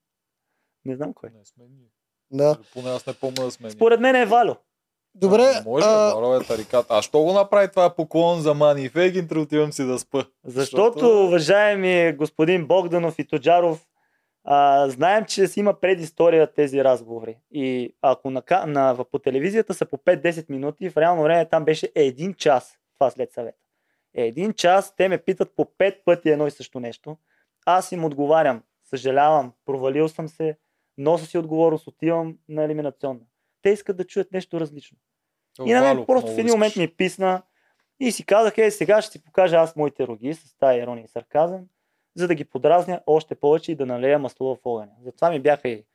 не знам кой.
Не сме ние.
Да.
Или Поне аз не помня да сме ние.
Според мен е Валю.
Добре,
Може,
а,
а... е тарикат. А що го направи това поклон за Мани Фейгинтри, отивам си да спа.
Защото,
Защото-
уважаеми господин Богданов и Тоджаров, А, знаем, че си има предистория тези разговори. И ако на, ка- на, в- по телевизията са по 5-10 минути, в реално време там беше един час това след съвет. Един час те ме питат по 5 пъти едно и също нещо. Аз им отговарям. Съжалявам, провалил съм се, нося си отговорност, отивам на елиминационна. Те искат да чуят нещо различно. И на мен
Вало,
просто в
много
един момент
искаш.
ми писна и си казах, е, сега ще си покажа аз моите роги с тази ирония и сарказъм, за да ги подразня още повече и да налея масло в огъня. Затова ми бяха и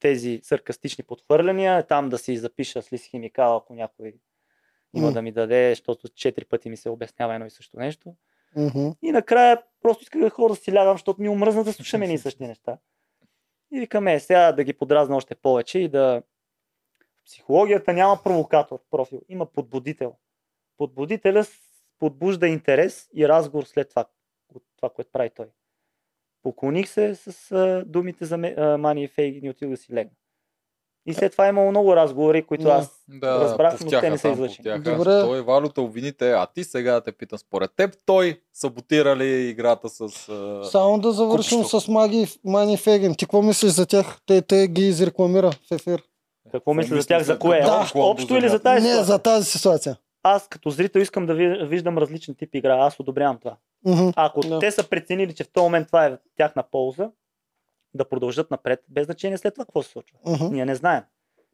тези саркастични подхвърляния, там да си запиша с лист химикал, ако някой има
М.
да ми даде, защото четири пъти ми се обяснява едно и също нещо.
Мгм.
И накрая просто исках да хора да си лягам, защото ми омръзна да слушам едни и същи неща. И викаме, сега да ги подразна още повече и да... В психологията няма провокатор профил, има подбудител. Подбудителя с- подбужда интерес и разговор след това, от това, което прави той. Поклоних се с а, думите за ме- а, Мани и Фейгин и отидох да си легна. И след това е имало много разговори, които
Да.
аз...
Да,
Разбрах, но те
повтяха
не са
там,
излъчени.
повтяха.
Добре.
Той Валю те обвините, а ти сега да те питам според теб. Той саботира ли играта с... а,
Само да завършим
Купчето.
с Маги, Мани Феген. Ти какво мислиш за тях? Те, те ги изрекламира в ефир.
Какво мисля за тях? За кое?
Да.
Общо, общо или за
Не,
тази ситуация?
за тази ситуация.
аз като зрител искам да ви- виждам различен тип игра. Аз одобрявам това.
Мгм.
Ако
Да.
те са преценили, че в този момент това е в тяхна полза, да продължат напред, без значение след това какво се случва.
Мгм.
Ние не знаем.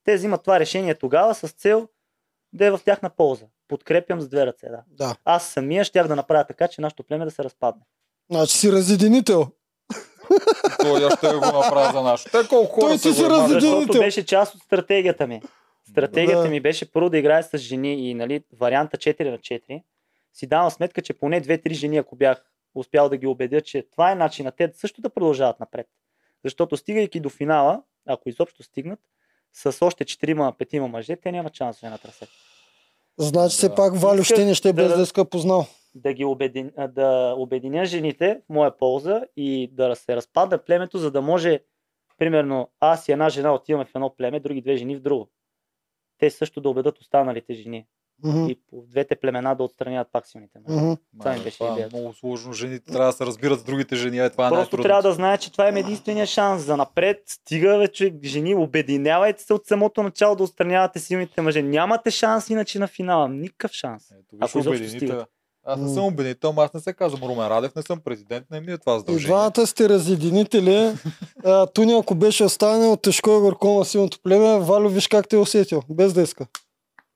Те взимат това решение тогава с цел да е в тяхна полза. Подкрепям с две ръце, да.
Да.
Аз самия щях да направя така, че нашето племе да се разпадне.
Значи си разединител.
Той аз ще го направя за нашето. Те колко хора
Той
са
ти се
го еднажды-
разеди-
Защото
Разединител.
беше част от стратегията ми. Стратегията
Да.
ми беше първо да играе с жени и нали, варианта 4 на 4. Си давам сметка, че поне 2-3 жени, ако бях успял да ги убедя, че това е начинът те също да продължават напред. Защото стигайки до финала, ако изобщо стигнат, с още 4-5 мъже, те нямат шансове на трасе.
Значи все
Да.
пак Валю ще не ще
Да,
без
да.
да иска познал.
Да ги обедин... а, да обединя жените в моя полза и да се разпада племето, за да може, примерно, аз и една жена отиваме в едно племе, други две жени в друго. Те също да убедат останалите жени.
Мгм.
и по двете племена да отстранят пак силните мъже.
Мгм.
Това ми беше
това е
идеята.
много сложно. Жените трябва да се разбират с другите жени. Е, това е
Просто трябва
най-трудното.
да знае, че това им е единствения шанс за напред. Стига вече, жени, обединявайте се от самото начало да отстранявате силните мъже. Нямате шанс иначе на финала. Никакъв шанс.
Ето,
Ако
виж
изобщо
обедините.
стигат.
Аз не
М.
съм обединител, ама аз не се казвам Румен Радев, не съм президент, не ми е това
И
задължение.
двамата сте разединители. А, Туни, ако беше останал тежко и горко на силното племе, Валю виж как те е усетил, без да иска.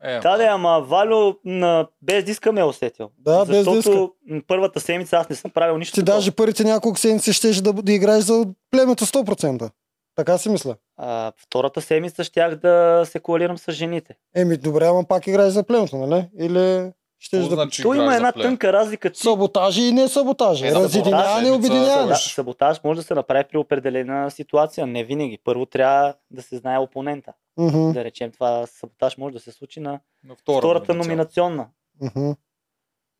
Е,
Да,
ма.
да, ама Валю на... без диска ме е усетил.
Да, без
Защото
диска.
м, първата седмица аз не съм правил нищо.
Ти
такова.
даже първите няколко седмици щеше да, да играеш за племето 100%. Така си мисля.
А, втората седмица щях да се коалирам с жените.
Еми, добре, ама пак играеш за племето, нали? Или ще
Какво
да...
значи
То има
играеш за
една
племе?
тънка разлика. Че...
Саботажи и не саботажи.
Е,
Е,
саботаж,
Разединяване и
седмица,
обединяване.
Да,
Саш.
саботаж може да се направи при определена ситуация. Не винаги. Първо трябва да се знае опонента.
Мгм,
Да речем, това саботаж може да се случи на
На втора
втората
номинация.
номинационна.
мгм.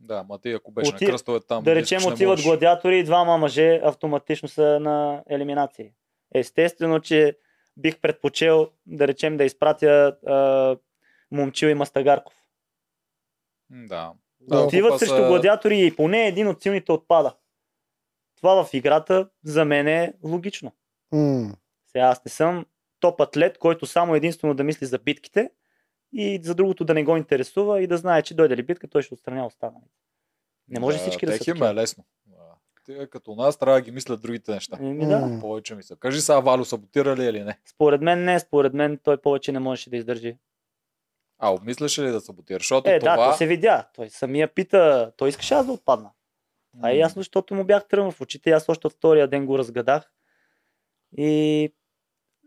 Да, ма ти ако беше на
Оти-
кръстове там. е
Да
диско
речем,
ще не
отиват
можеш.
гладиатори и двама мъже автоматично са на елиминации. Естествено, че бих предпочел, да речем, да изпратя а, Момчил и Мастагарков.
М, Да.
Да,
ако
Отиват
па
срещу
са-
гладиатори и поне един от силните отпада. Това в играта за мен е логично.
М,
Сега аз не съм топ атлет, който само единствено да мисли за битките и за другото да не го интересува и да знае, че дойде ли битка, той ще отстраня останалите. Не може всички да са
Тех им
такива.
е лесно. Да. Те като нас трябва да ги мислят другите неща.
Еми Ами да.
М.
Повече ми се. Кажи сега, Валю, саботира ли е или не?
Според мен не, според мен той повече не можеше да издържи.
А, обмисляше ли да саботира? Защото
Е,
това...
да, то се видя. Той самия пита, той искаше аз да отпадна. А е
М,
ясно, защото му бях тръгнал в очите. и Аз още от втория ден го разгадах. И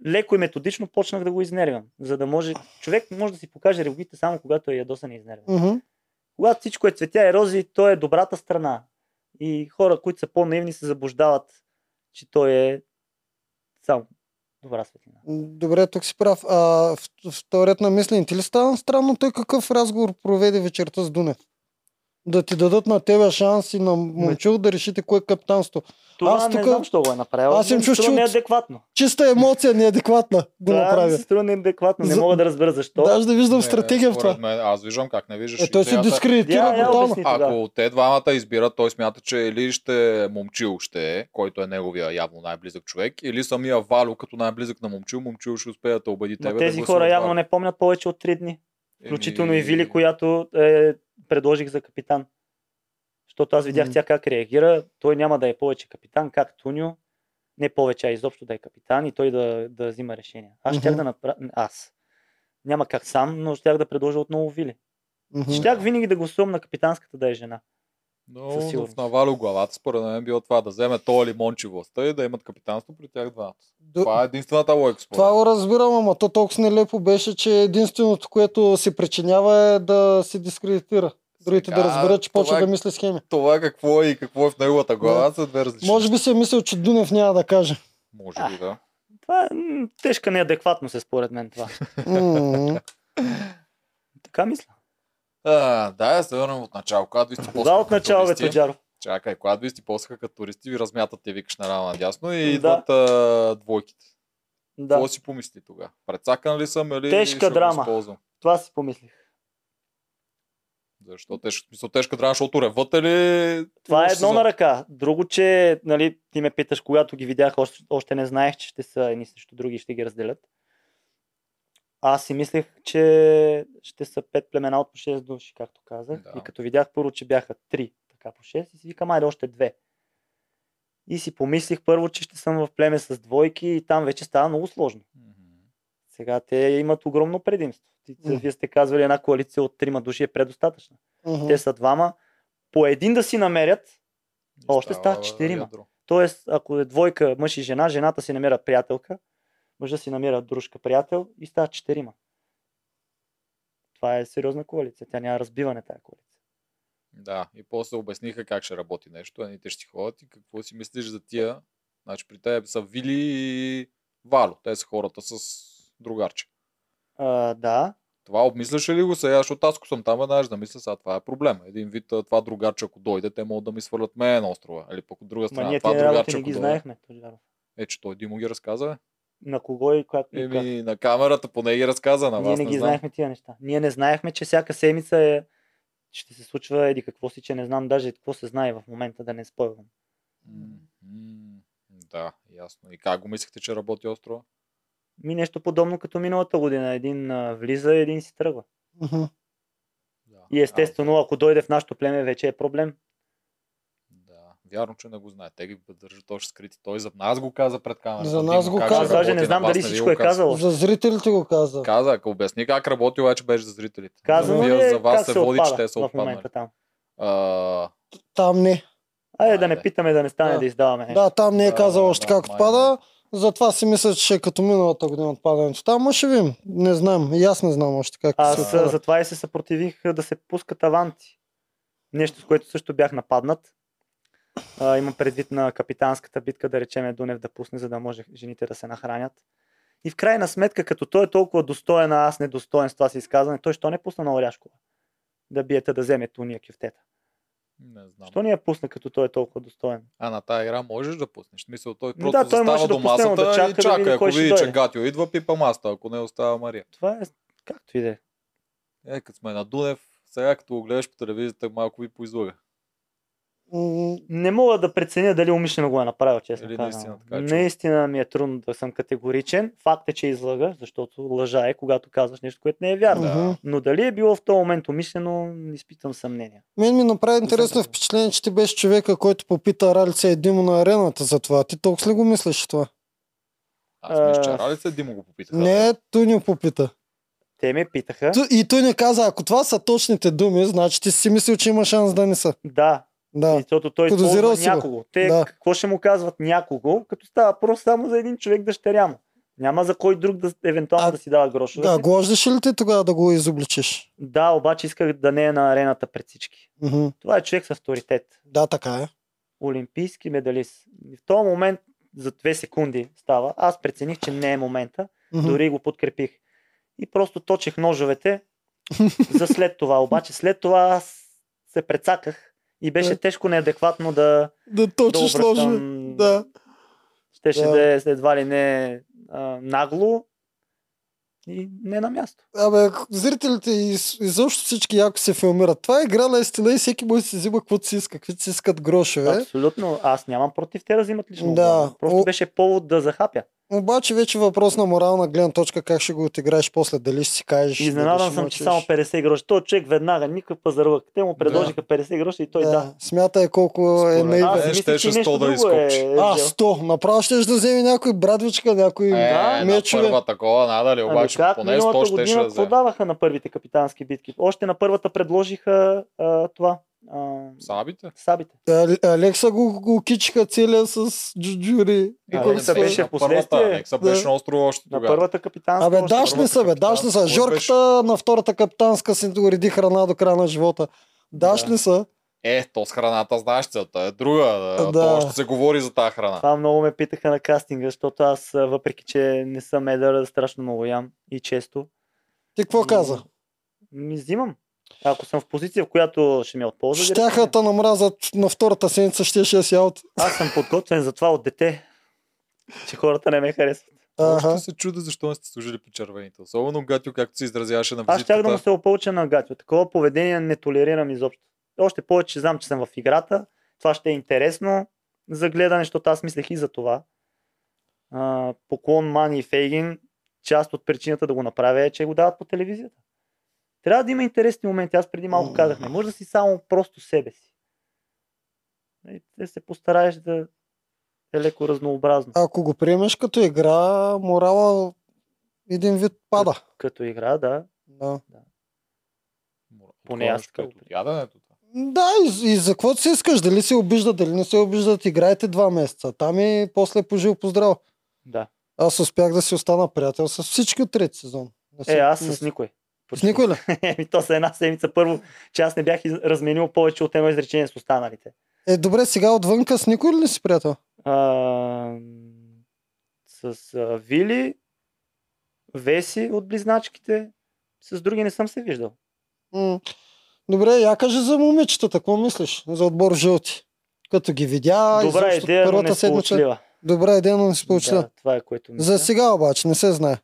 леко и методично почнах да го изнервям. За да може... Човек може да си покаже ревгите само когато е ядосан и изнервен.
мгм.
когато всичко е цветя и рози, той е добрата страна. И хора, които са по-наивни, се заблуждават, че той е само добра светлина.
Добре, тук си прав. А, в- вторият на мислен, ти ли става странно той какъв разговор проведе вечерта с Дунев? да ти дадат на тебе шанс и на момчил да решите кое е капитанство.
Това
Аз
аз не
тука-
знам, що го е направил.
Аз им
Ми се струва
чух, че от-
неадекватно.
Чиста емоция неадекватна го
Това ми
направи.
се струва неадекватно. Не
За-
мога да разбера защо.
Даже да виждам
Не,
стратегия в
Е, според
това.
Мен, аз виждам как не виждаш.
Е, той се
идеята.
дискредитира
Я- я
брутално.
обясни. И тогава.
Ако те двамата избират, той смята, че или ще момчил ще е, който е неговия явно най-близък човек, или самия Валю като най-близък на момчил, момчил ще успее да те убеди
Ма
тебе.
тези
да
хора явно не помнят повече от 3 дни. Включително и Вили, която е, предложих за капитан. Защото аз видях
М.
тя как реагира. Той няма да е повече капитан, как Туньо. Не повече, а изобщо да е капитан и той да, да взима решения. Аз
Мгм.
щях да направя... Аз. Няма как сам, но щях да предложа отново Вили.
Мгм.
Щях винаги да гласувам на капитанската да е жена. със
Но в
сигурност.
навалю главата, според мен било това да вземе той или Мончи властта и да имат капитанство при тях двамата.
Д-
Това е единствената логика. според
Това е
мен.
го разбирам, ама то толкова нелепо беше, че единственото, което се причинява е да се дискредитира. Другите да
Сега,
разберат, че
това
почва
е-
да мисли схеми.
Това какво е и какво е в неговата глава са две различни.
Може би си е мислил, че Дунев няма
[LAUGHS]
да каже.
Може би да.
Това е м, тежка неадекватност е според мен това.
М.
Така мисля.
А, да, я се върнем от начало. Когато ви сте
Кога
после
от начало бе,
туристи-
Таджаров?
Чакай, когато ви сте после като туристи, ви размятате, викаш нараво надясно и
Да.
идват а, двойките.
Да,
Какво си помисли тогава? Прецакан ли съм или
Тежка
ще го
драма.
използвам?
това си помислих.
Защо тежка, мисъл, тежка драма, защото нали, ревата ли...
Това е
Ще
едно
за-
на ръка. Друго, че нали, ти ме питаш, когато ги видях, още, още не знаех, че ще са едни срещу други и ще ги разделят. Аз си мислех, че ще са пет племена от по 6 души, както казах.
Да.
И като видях първо, че бяха три, така по 6, и си викам, айде още две. И си помислих първо, че ще съм в племе с двойки и там вече става много сложно.
Мгм.
Сега те имат огромно предимство. Ти-
Мгм.
Вие сте казвали, една коалиция от трима души е предостатъчна.
Мгм.
Те са двама. По един да си намерят,
И
Още стават
бе,
четирима.
ядро.
Тоест, ако е двойка мъж и жена, жената си намира приятелка, мъжа си намира дружка приятел и стават четирима. Това е сериозна коалиция. Тя няма разбиване тази коалиция.
Да, и после обясниха как ще работи нещо. Едните ще си ходят и какво си мислиш за тия. Значи при теб са Вили и Вало. Те са хората с другарче.
А, да,
Това обмисляше ли го сега, защото аз ако съм там, веднага ще да мисля, сега това е проблем. Един вид а, това другарче, ако дойде, те могат да ми свалят мен на острова. Или пък от друга
ма
страна,
ние
това
тия работи
другарче,
не
ако
ги
дойде.
знаехме. Тожаров.
Е, че той Димо ги разказа. бе.
На кого и как. и как.
Еми, на камерата поне ги разказа, на
Ние
вас
не
не,
ги
знам.
знаехме тия неща. Ние не знаехме, че всяка седмица е... ще се случва еди какво си, че не знам даже какво се знае в момента, да не спойвам.
М, м, Да, ясно. И как го мислихте, че работи острова?
Ми нещо подобно като миналата година. Един а, влиза, един си тръгва.
Мгм.
Да.
И естествено, ако дойде в нашото племе, вече е проблем.
Да, вярно, че не го знае. Те ги държат още скрити. Той за нас го каза пред камерата.
За
Димо
нас го
как
каза.
ще
Аз даже
работи,
не знам
на вас
дали
ви
всичко
го
е
каза.
казал.
За зрителите го каза.
Каза, ако обясни как работи, обаче беше за зрителите.
Казано
Вие
ли е
за вас
как
се
се
води, че
отпада
те са
в
отпаднали.
момента там?
А,
Там не.
Айде да
Айде.
не питаме, да не стане
Да.
да, издаваме нещо.
Да, там не е
Да,
казал
да,
още
да,
как
май
отпада. Затова си мисля, че ще е като миналата година отпадането. Там ма ще видим. Не знам. И аз не знам още как се
Аз а,
отпада.
затова и се съпротивих а, да се пускат аванти. Нещо, с което също бях нападнат. А, имам предвид на капитанската битка, да речеме Дунев да пусне, за да може жените да се нахранят. И в крайна сметка, като той е толкова достоен, а аз недостоен с това си изказване, той що не пусна на Оряшкова? Да биете да вземе туния кюфтета.
не знам.
Що не я пусна, като той е толкова достоен?
А на тази игра можеш да пуснеш. В Смисъл, той
Ми да,
просто да,
той
той
можеше
застава
да
до
пусне, но
масата
да чака
и
да
чака.
види
ако
кой ще
види, че
дойде.
Гатио идва, пипа маста, ако не остава Мария.
Това е както и да е.
Е, като сме на Дунев, сега като го гледаш по телевизията, малко ви поизлага.
М,
Не мога да преценя дали умишлено го е направил, честно
Или
казано.
наистина така е чул.
наистина ми е трудно да съм категоричен. Факт е, че излага, защото лъжа е, когато казваш нещо, което не е вярно.
Да.
мгм.
Но дали е било в този момент умишлено, изпитвам съмнение.
Мен ми направи интересно
Забравя.
впечатление, че ти беше човека, който попита Ралица и Димо на арената за това. Ти толкова ли го мислиш това?
Аз мисля,
А,
че Ралица Димо го попита.
Не, Туни попита.
Те ме
Е?
питаха.
Ту- И Туни каза, ако това са точните думи, значи ти си мислил, че има шанс да не са.
Да,
Да.
защото той
Подозирал
използва
си го.
някого. Те
Да.
какво ще му казват някого, като става въпрос само за един човек дъщеря му. Няма за кой друг да евентуално
А,
да си дава грошове.
е-
Да, глождаш ли ти тогава да го изобличиш?
да, обаче исках да не е на арената пред всички.
Мгм.
Това е човек с авторитет.
Да, така е.
олимпийски медалист. И В този момент за две секунди става. Аз прецених, че не е момента.
Мгм.
Дори го подкрепих.
[LAUGHS]
И просто точех ножовете за след това. Обаче след това аз се прецаках и беше тежко неадекватно да,
Да
да
точно сложно.
обръщам...
Да.
Щеше
Да.
да е едва ли не а, нагло и не на място.
Абе, зрителите и с- изобщо всички яко се филмират. Това е игра наистина и всеки може да си взима каквото си иска, каквито си искат грошове.
Абсолютно. Аз нямам против те да взимат лично.
Е. Да.
Да. Просто
О-
беше повод да захапя.
Обаче вече е въпрос на морална гледна точка, как ще го отиграеш после, дали ще си кажеш. дали
Изненадан
ще
съм, че
мълчиш.
само 50 гроша. Той човек веднага, никакъв пазарлък. Те му предложиха 50 гроша и той да. да.
Е, Смятай колко е
Според мен
наивен.
Аз мислех,
щеше
че
с
нещо
то да
друго е,
изкопчи.
е
А,
взел.
100. Направо ще да вземе някой брадвичка, някой...
Е,
Да,
да, на
мечове.
първа такова, надали,
Ами
обаче
как
поне 100
миналата
ще
година
ще да
какво
вземе.
даваха на първите капитански битки? Още на първата предложиха а, това. А,
Сабите?
сабите.
Али- Е, Алекса го, го кичиха целия с джуджури.
Е,
И
Алекса
колко
Алекса
се
беше
Ами на
в последствие.
първата, Алекса беше
Да.
на острова още
На
тогава.
първата капитанска.
Абе,
още
дашни
първата
са, бе, дашни са.
капитанска,
Жорката на втората капитанска си уреди храна до края на живота. Дашни
Да.
са.
Е, то с храната, знаеш, целта е друга. Да.
Да.
То още се говори за тази храна.
Това много ме питаха на кастинга, защото аз, а, въпреки че не съм едър, страшно много ям и често,
Ти какво
М,
каза?
ми взимам. Ако съм в позиция, в която ще ми е от полза, да
Щяха да
речем,
те намразят на втората седмица, щеше да си аут.
аз съм подготвен за това от дете, че хората не ме харесват.
Още
Аха.
се чуда защо не сте служили по червените. Особено Гатю, както се изразяваше на
Аз щях да му
визитката.
се опълча на гатио. Такова поведение не толерирам изобщо. Още повече, че знам, че съм в играта. Това ще е интересно за гледане, защото аз мислех и за това. А, поклон Мани и Фейгин, част от причината да го направя е, че го дават по телевизията. Трябва да има интересни моменти. Аз преди малко казах, не може да си само просто себе си. И да се постараеш да е леко разнообразно.
Ако го приемеш като игра, морала един вид пада.
Като игра, да.
Да.
Поне аз така го
като яденето.
Да, и, и за какво си искаш? Дали се обиждат, дали не се обиждат, играйте два месеца. Там и после е пожил поздрав.
да.
Аз успях да си остана приятел с всички от трети сезон. Не
Е,
се-
аз
не
с никой.
С
[LAUGHS]
никой ли?
Еми, то са една седмица. Първо, че аз не бях из- разменил повече от едно изречение с останалите.
Е, добре, сега отвънка с никой ли не си приятел?
А, с а, Вили, Веси от Близначките, с други не съм се виждал.
М. Добре, я кажи за момичетата, какво мислиш? За отбор жълти. Като ги видя,
Добра
изобщо
идея, но
първата
не
седмица.
сполучлива.
Добра идея, но не се получила.
Да, това е което мисля.
За сега обаче, не се знае.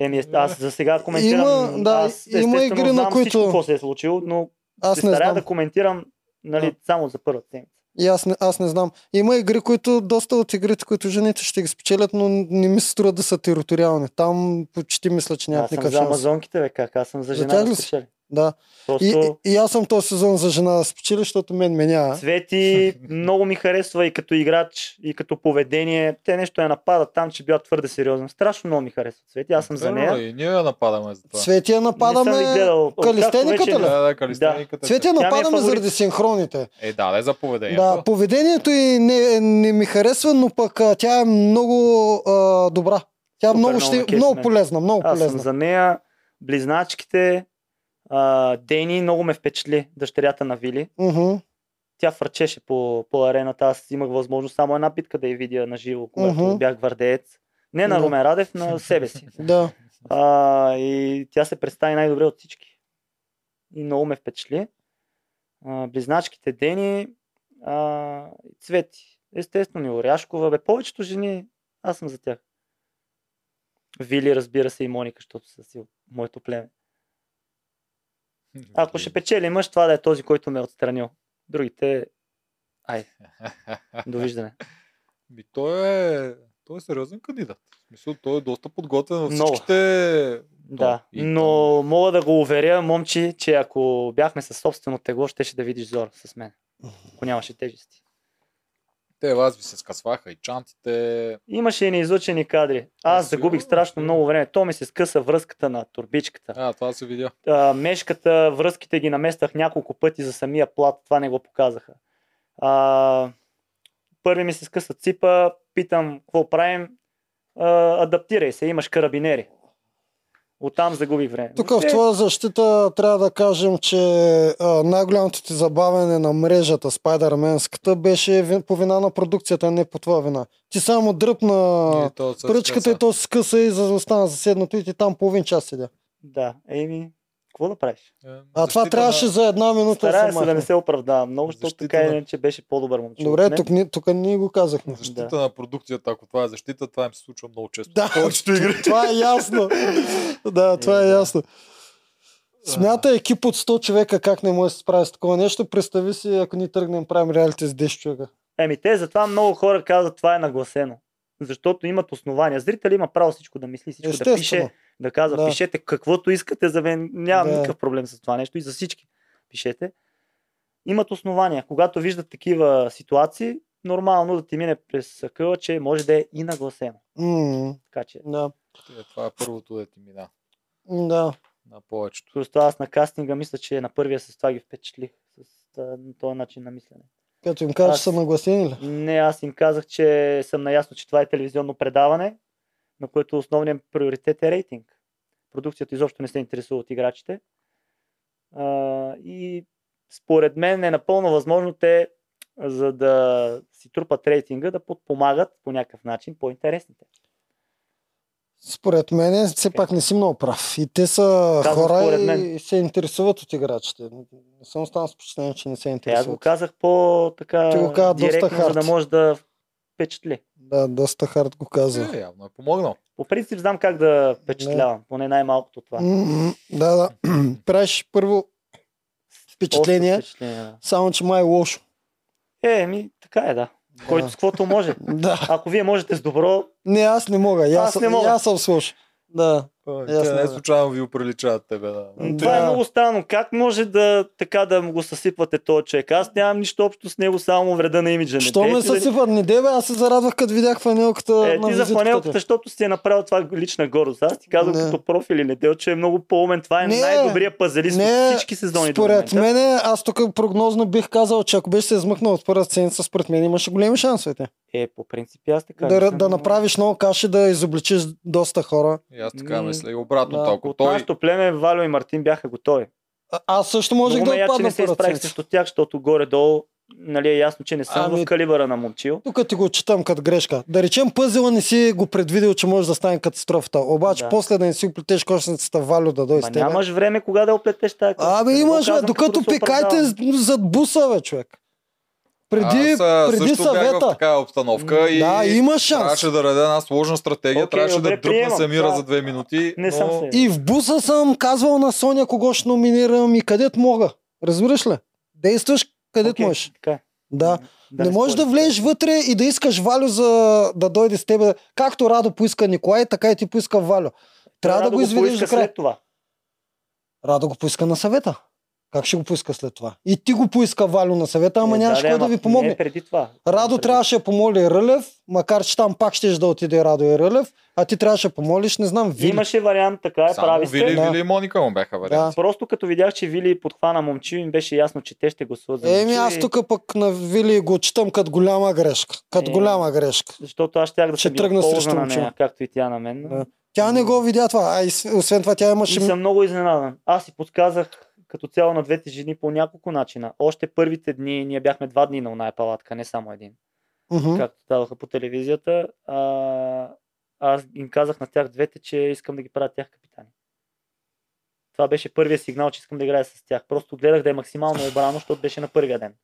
Еми, аз за сега коментирам.
Има- да,
аз,
има
естествено,
игри, на
знам
които-
Всичко, какво се е случило, но
Аз
се
не
старая
знам.
да коментирам нали, само за първата седмица.
И аз не, аз не знам. Има игри, които, доста от игрите, които жените ще ги спечелят, но не ми се струва да са териториални. Там почти мисля, че нямат
Аз съм
никакъв
за
шанс.
амазонките, бе, как? Аз съм за
За
жена.
тях
да
ли си?
спечели.
Да.
Просто...
И, и, и, аз съм този сезон за жена да спечели, защото мен ме няма.
Цвети много ми харесва и като играч, и като поведение. Те нещо я нападат там, че била твърде сериозна. Страшно много ми харесва Цвети. Аз съм за
Примерно,
нея.
И ние я нападаме за това.
Цветия
Не съм
нападаме.
ги гледал. Откакто
калистениката
вече-
ли?
Да, да, калистениката.
Цветия
ми е
нападаме
фаворит.
заради синхроните.
Е, да, да, за поведението. [LAUGHS]
Да, поведението и не, не ми харесва, но пък а, тя е много а, добра. Тя е много,
Супер, много ме
ще,
кефи
много
мен.
полезна, много
Аз съм
полезна.
за нея. Близначките. А, Дени много ме впечатли. Дъщерята на Вили.
Мгм,
Тя фърчеше по, по арената. Аз имах възможност само една битка да я видя на живо, когато
Мгм.
бях гвардеец. Не на
Да.
Румен
[LAUGHS]
Радев, на себе си.
да.
А, и тя се представи най-добре от всички. И много ме впечатли. А, близначките Дени, а, и Цвети. Естествено, и Оряшкова. Бе, повечето жени, аз съм за тях. Вили, разбира се, и Моника, защото са си от моето племе. Ако ще печели мъж, това да е този, който ме е отстранил. Другите, ай, довиждане.
Ми, той е... Той е сериозен кандидат. В смисъл, той е доста подготвен във
Много.
всичките...
Да,
и
но мога да го уверя, момчи, че ако бяхме със собствено тегло, щеше да видиш зор с мен. Ако нямаше тежести.
Те вас ви се скъсваха и чантите.
Имаше и неизлъчени кадри. Аз
А,
загубих
сигурно,
страшно
сигурно.
много време. То ми се скъса връзката на турбичката.
А, това се видя.
А, мешката, връзките ги наместах няколко пъти за самия плат. Това не го показаха. А, първи ми се скъса ципа. Питам, какво правим? А, адаптирай се, имаш карабинери. Оттам загубих време.
Тук в твоя защита трябва да кажем, че а, най-голямото ти забавяне на мрежата Spider-Manската беше ви- по вина на продукцията, а не по твоя вина. Ти само дръпна
И то се
пръчката и
скъса.
то се скъса и за- остана заседнато и ти там половин час седя.
Да, еми, Какво да правиш?
Е,
А това
защита
трябваше
на...
за една минута.
Старая
се
се да не
махне.
се оправдавам много, защото
Защита
така
на-
иначе беше по-добър момче. от
Добре,
мен.
тук, ни- тук ние го казахме.
защита да. на продукцията. Ако това е защита, това им се случва много често.
Да.
в повечето игри.
[LAUGHS] Това е ясно. да, това е
да.
ясно. Смята екип от 100 човека как не може да се справи с такова нещо. Представи си, ако ние тръгнем правим реалити с 10 човека.
Еми, те затова много хора казват, това е нагласено. Защото имат основания. Зрител има право всичко да мисли, всичко да
Естествено.
пише, да казва,
Да.
пишете каквото искате за мен. Нямам
Да.
никакъв проблем с това нещо и за всички. Пишете. Имат основания. Когато виждат такива ситуации, нормално да ти мине през къла, че може да е и нагласено.
М,
Така че,
Да.
Е, Това е първото да ти мина
Да.
на повечето.
плюс това аз на кастинга мисля, че на първия с това ги впечатлих. С а, този начин на мислене.
Като им кажа,
Аз-
че са нагласени ли?
Не, аз им казах, че съм наясно, че това е телевизионно предаване, на което основният приоритет е рейтинг. Продукцията изобщо не се интересува от играчите. А, и според мен е напълно възможно те, за да си трупат рейтинга, да подпомагат по някакъв начин по-интересните.
Според мен, все пак не си много прав. И те са
Казвам
хора
според мен.
и, и се интересуват от играчите. Не съм останал с впечатление, че не се
Те Е, аз го
интересуват.
казах по-така
Ти го каза доста
директно, за да
хард.
може да впечатли.
Да, доста хард го каза.
Е, явно е помогнал.
По принцип знам как да впечатлявам, поне най-малкото това.
М, Да, [CLEARS THROAT] да. Правиш първо
Остро
впечатление,
впечатление, да.
само че май е лошо.
Е, ми, така е, да. Който с каквото може.
Да.
Ако вие можете с добро,
Не, аз не мога. И Аз,
Аз не мога.
и Аз съм слуш. Да.
Е,
Ясно,
Те не
да.
случайно ви оприличават тебе. Да.
м, това е
Да.
много странно. Как може да така да му го съсипвате този човек? Аз нямам нищо общо с него, само вреда на имиджа. Не
Що ме
дейте да ни-
съсипат? Не дебе, аз се зарадвах, като видях фанелката
нали, Е,
на
ти за
визитката.
фанелката, защото си е направил това лична гордост. Аз ти казвам
Не.
като профил или не че е много по-умен. Това е
Не.
най-добрия пазелист
Не.
от всички сезони. до
Според
момента.
мен, аз тук прогнозно бих казал, че ако беше се измъкнал от първата седмица, според мен имаше големи шансовете.
Е, по принцип и аз така.
Да,
мисля,
да
но-
направиш много каши, да изобличиш доста хора.
И аз така
М,
мисля. И обратно,
да,
ако
От
той...
нашото племе Валио и Мартин бяха готови.
А, аз също можех
Много
да
ме я, че
отпадна
не
в
се изправих
първата
срещу тях, защото горе-долу нали, е ясно, че не съм
Ами-
в калибъра на момчил.
Тук ти го четам като грешка. Да речем, пъзела не си го предвидил, че може да стане катастрофата. Обаче
Да.
после да не си оплетеш кошницата, Валю да дойде
Ма
с тебе.
нямаш време кога да оплетеш тази коса.
Абе
Не го
имаш, бе,
казвам,
Ами докато
като да се
пикайте
оправдавам.
зад буса, бе, човек. Преди,
Аз, а,
преди
също бях в
съвета.
такава обстановка и
Да, има шанс.
трябваше да раде една сложна стратегия,
Окей,
трябваше
добре,
да дръпна
приемам.
Самира
Това-
за две минути.
Не
но...
съм се.
И в буса съм казвал на Соня кого ще номинирам и където мога. Разбираш ли? Действаш където
Окей,
можеш.
Така. е.
Да. не можеш да
спориш.
влезеш вътре и да искаш Валю за да дойде с тебе. Както Радо поиска Николай, така и ти поиска Валю. Трябва да,
Радо
го изведеш
поиска
до края.
След това.
Радо го поиска на съвета. Как ще го поиска след това? И ти го поиска Валю на съвета, ама
Е,
нямаш
да,
кой да
ама
ви помогне.
Не, преди това.
Радо
преди.
трябваше да помоли Рълев, макар че там пак ще да отиде Радо и Рълев, а ти трябваше да помолиш, не знам, Вили.
Имаше вариант, така е,
Само
прави се.
Вили,
Да.
Вили и Моника му бяха
Да.
варианти.
Просто като видях, че Вили подхвана момчи, им беше ясно, че те ще гласуват за
Еми
момчил
аз
и-
тук пък на Вили го читам като голяма грешка. Като
Е.
голяма грешка.
Защото аз щях да
Ще
съм
тръгна
тръгна
срещу
полза на
момчил.
нея, както и тя на мен.
Да. Тя не го видя това, а и с- освен това тя
И
имаше...
съм много изненадан. Аз си подсказах като цяло на двете жени по няколко начина. Още първите дни, ние бяхме два дни на оная палатка, не само един.
Мгм.
както даваха по телевизията, а, аз им казах на тях двете, че искам да ги правя тях капитани. Това беше първия сигнал, че искам да играя с тях. Просто гледах да е максимално обрано, защото беше на първия ден.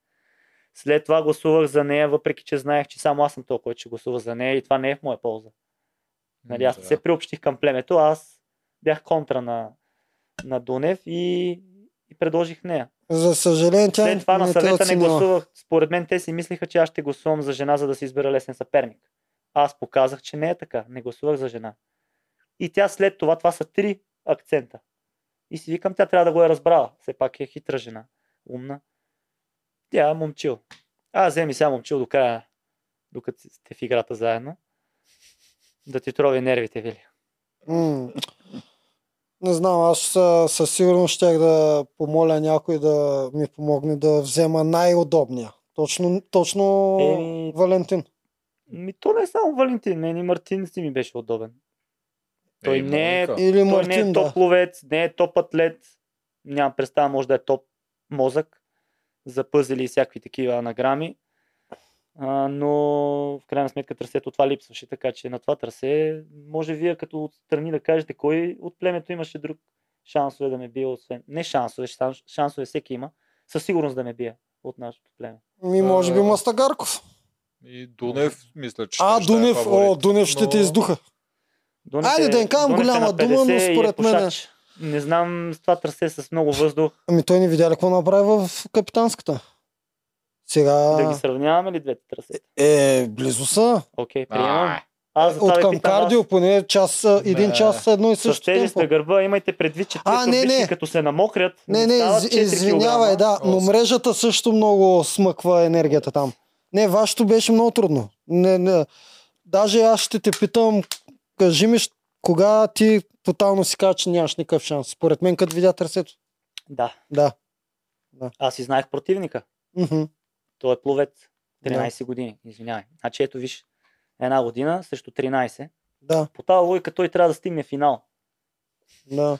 След това гласувах за нея, въпреки че знаех, че само аз съм този, който ще гласува за нея и това не е в моя полза. Нали, аз не се приобщих към племето, аз бях контра на, на Дунев и, и предложих нея.
За съжаление тя
След това на
не е те
съвета не
оценила.
гласувах. Според мен те си мислиха, че аз ще гласувам за жена, за да си избера лесен съперник. Аз показах, че не е така. Не гласувах за жена. И тя след това, това са три акцента. И си викам, тя трябва да го е разбрала. Все пак е хитра жена. Умна. Тя е момчил. Аз вземи сега момчил до края, докато сте в играта заедно. Да ти трови нервите, Вили.
М. Не знам, аз а, със сигурност щях да помоля някой да ми помогне да взема най-удобния. Точно, точно
Еми,
Валентин.
Ми, то не е само Валентин, мен и Мартин си ми беше удобен. Той
Ей,
не е-
Моника.
Или
Той не
Мартин,
е
да.
топ ловец, не е топ атлет. Нямам представа, може да е топ мозък за пъзели и всякакви такива анаграми. А, но в крайна сметка трасето това липсваше, така че на това трасе може вие като отстрани да кажете кой от племето имаше друг шансове да ме бие, освен... Не шансове, шан- шансове всеки има. Със сигурност да ме бие от нашото племе.
Ми, Ами, може би
А,
Мастагарков.
И Дунев, мисля, че.
А,
ще е
Дунев,
фаворит.
о, Дунев ще
Но-
те издуха.
Дунев
Айде
е-
да им кажем
Дунев е
голяма
на
дума, но
50 и е
според мен е.
пушач. Не знам, с това трасе с много въздух.
Ами той не видя ли какво направи в капитанската. Сега...
Да ги сравняваме ли двете трасета?
Е, близо са.
Окей,
А,
приемам. Аз за
Е,
това
От
ви
към
питам, аз
кардио поне час, а, един
Не.
час са едно и
с
също
тежест
темпо.
на гърба, имайте предвид, че
А,
тези
не,
обички,
не.
като се намокрят,
Не, не,
стават
из,
4
извинявай,
килограма.
да, но
Осем.
мрежата също много смъква енергията там. Не, вашето беше много трудно. Не, не. Даже аз ще те питам, кажи ми, щ- кога ти тотално си кажа, че нямаш никакъв шанс. Според мен, като видя търсето.
Да,
Да.
аз и знаех противника.
Мгм.
Той е пловец. 13 години, извинявай. Значи ето виж, една година срещу 13.
Да,
По тази логика той трябва да стигне финал.
да.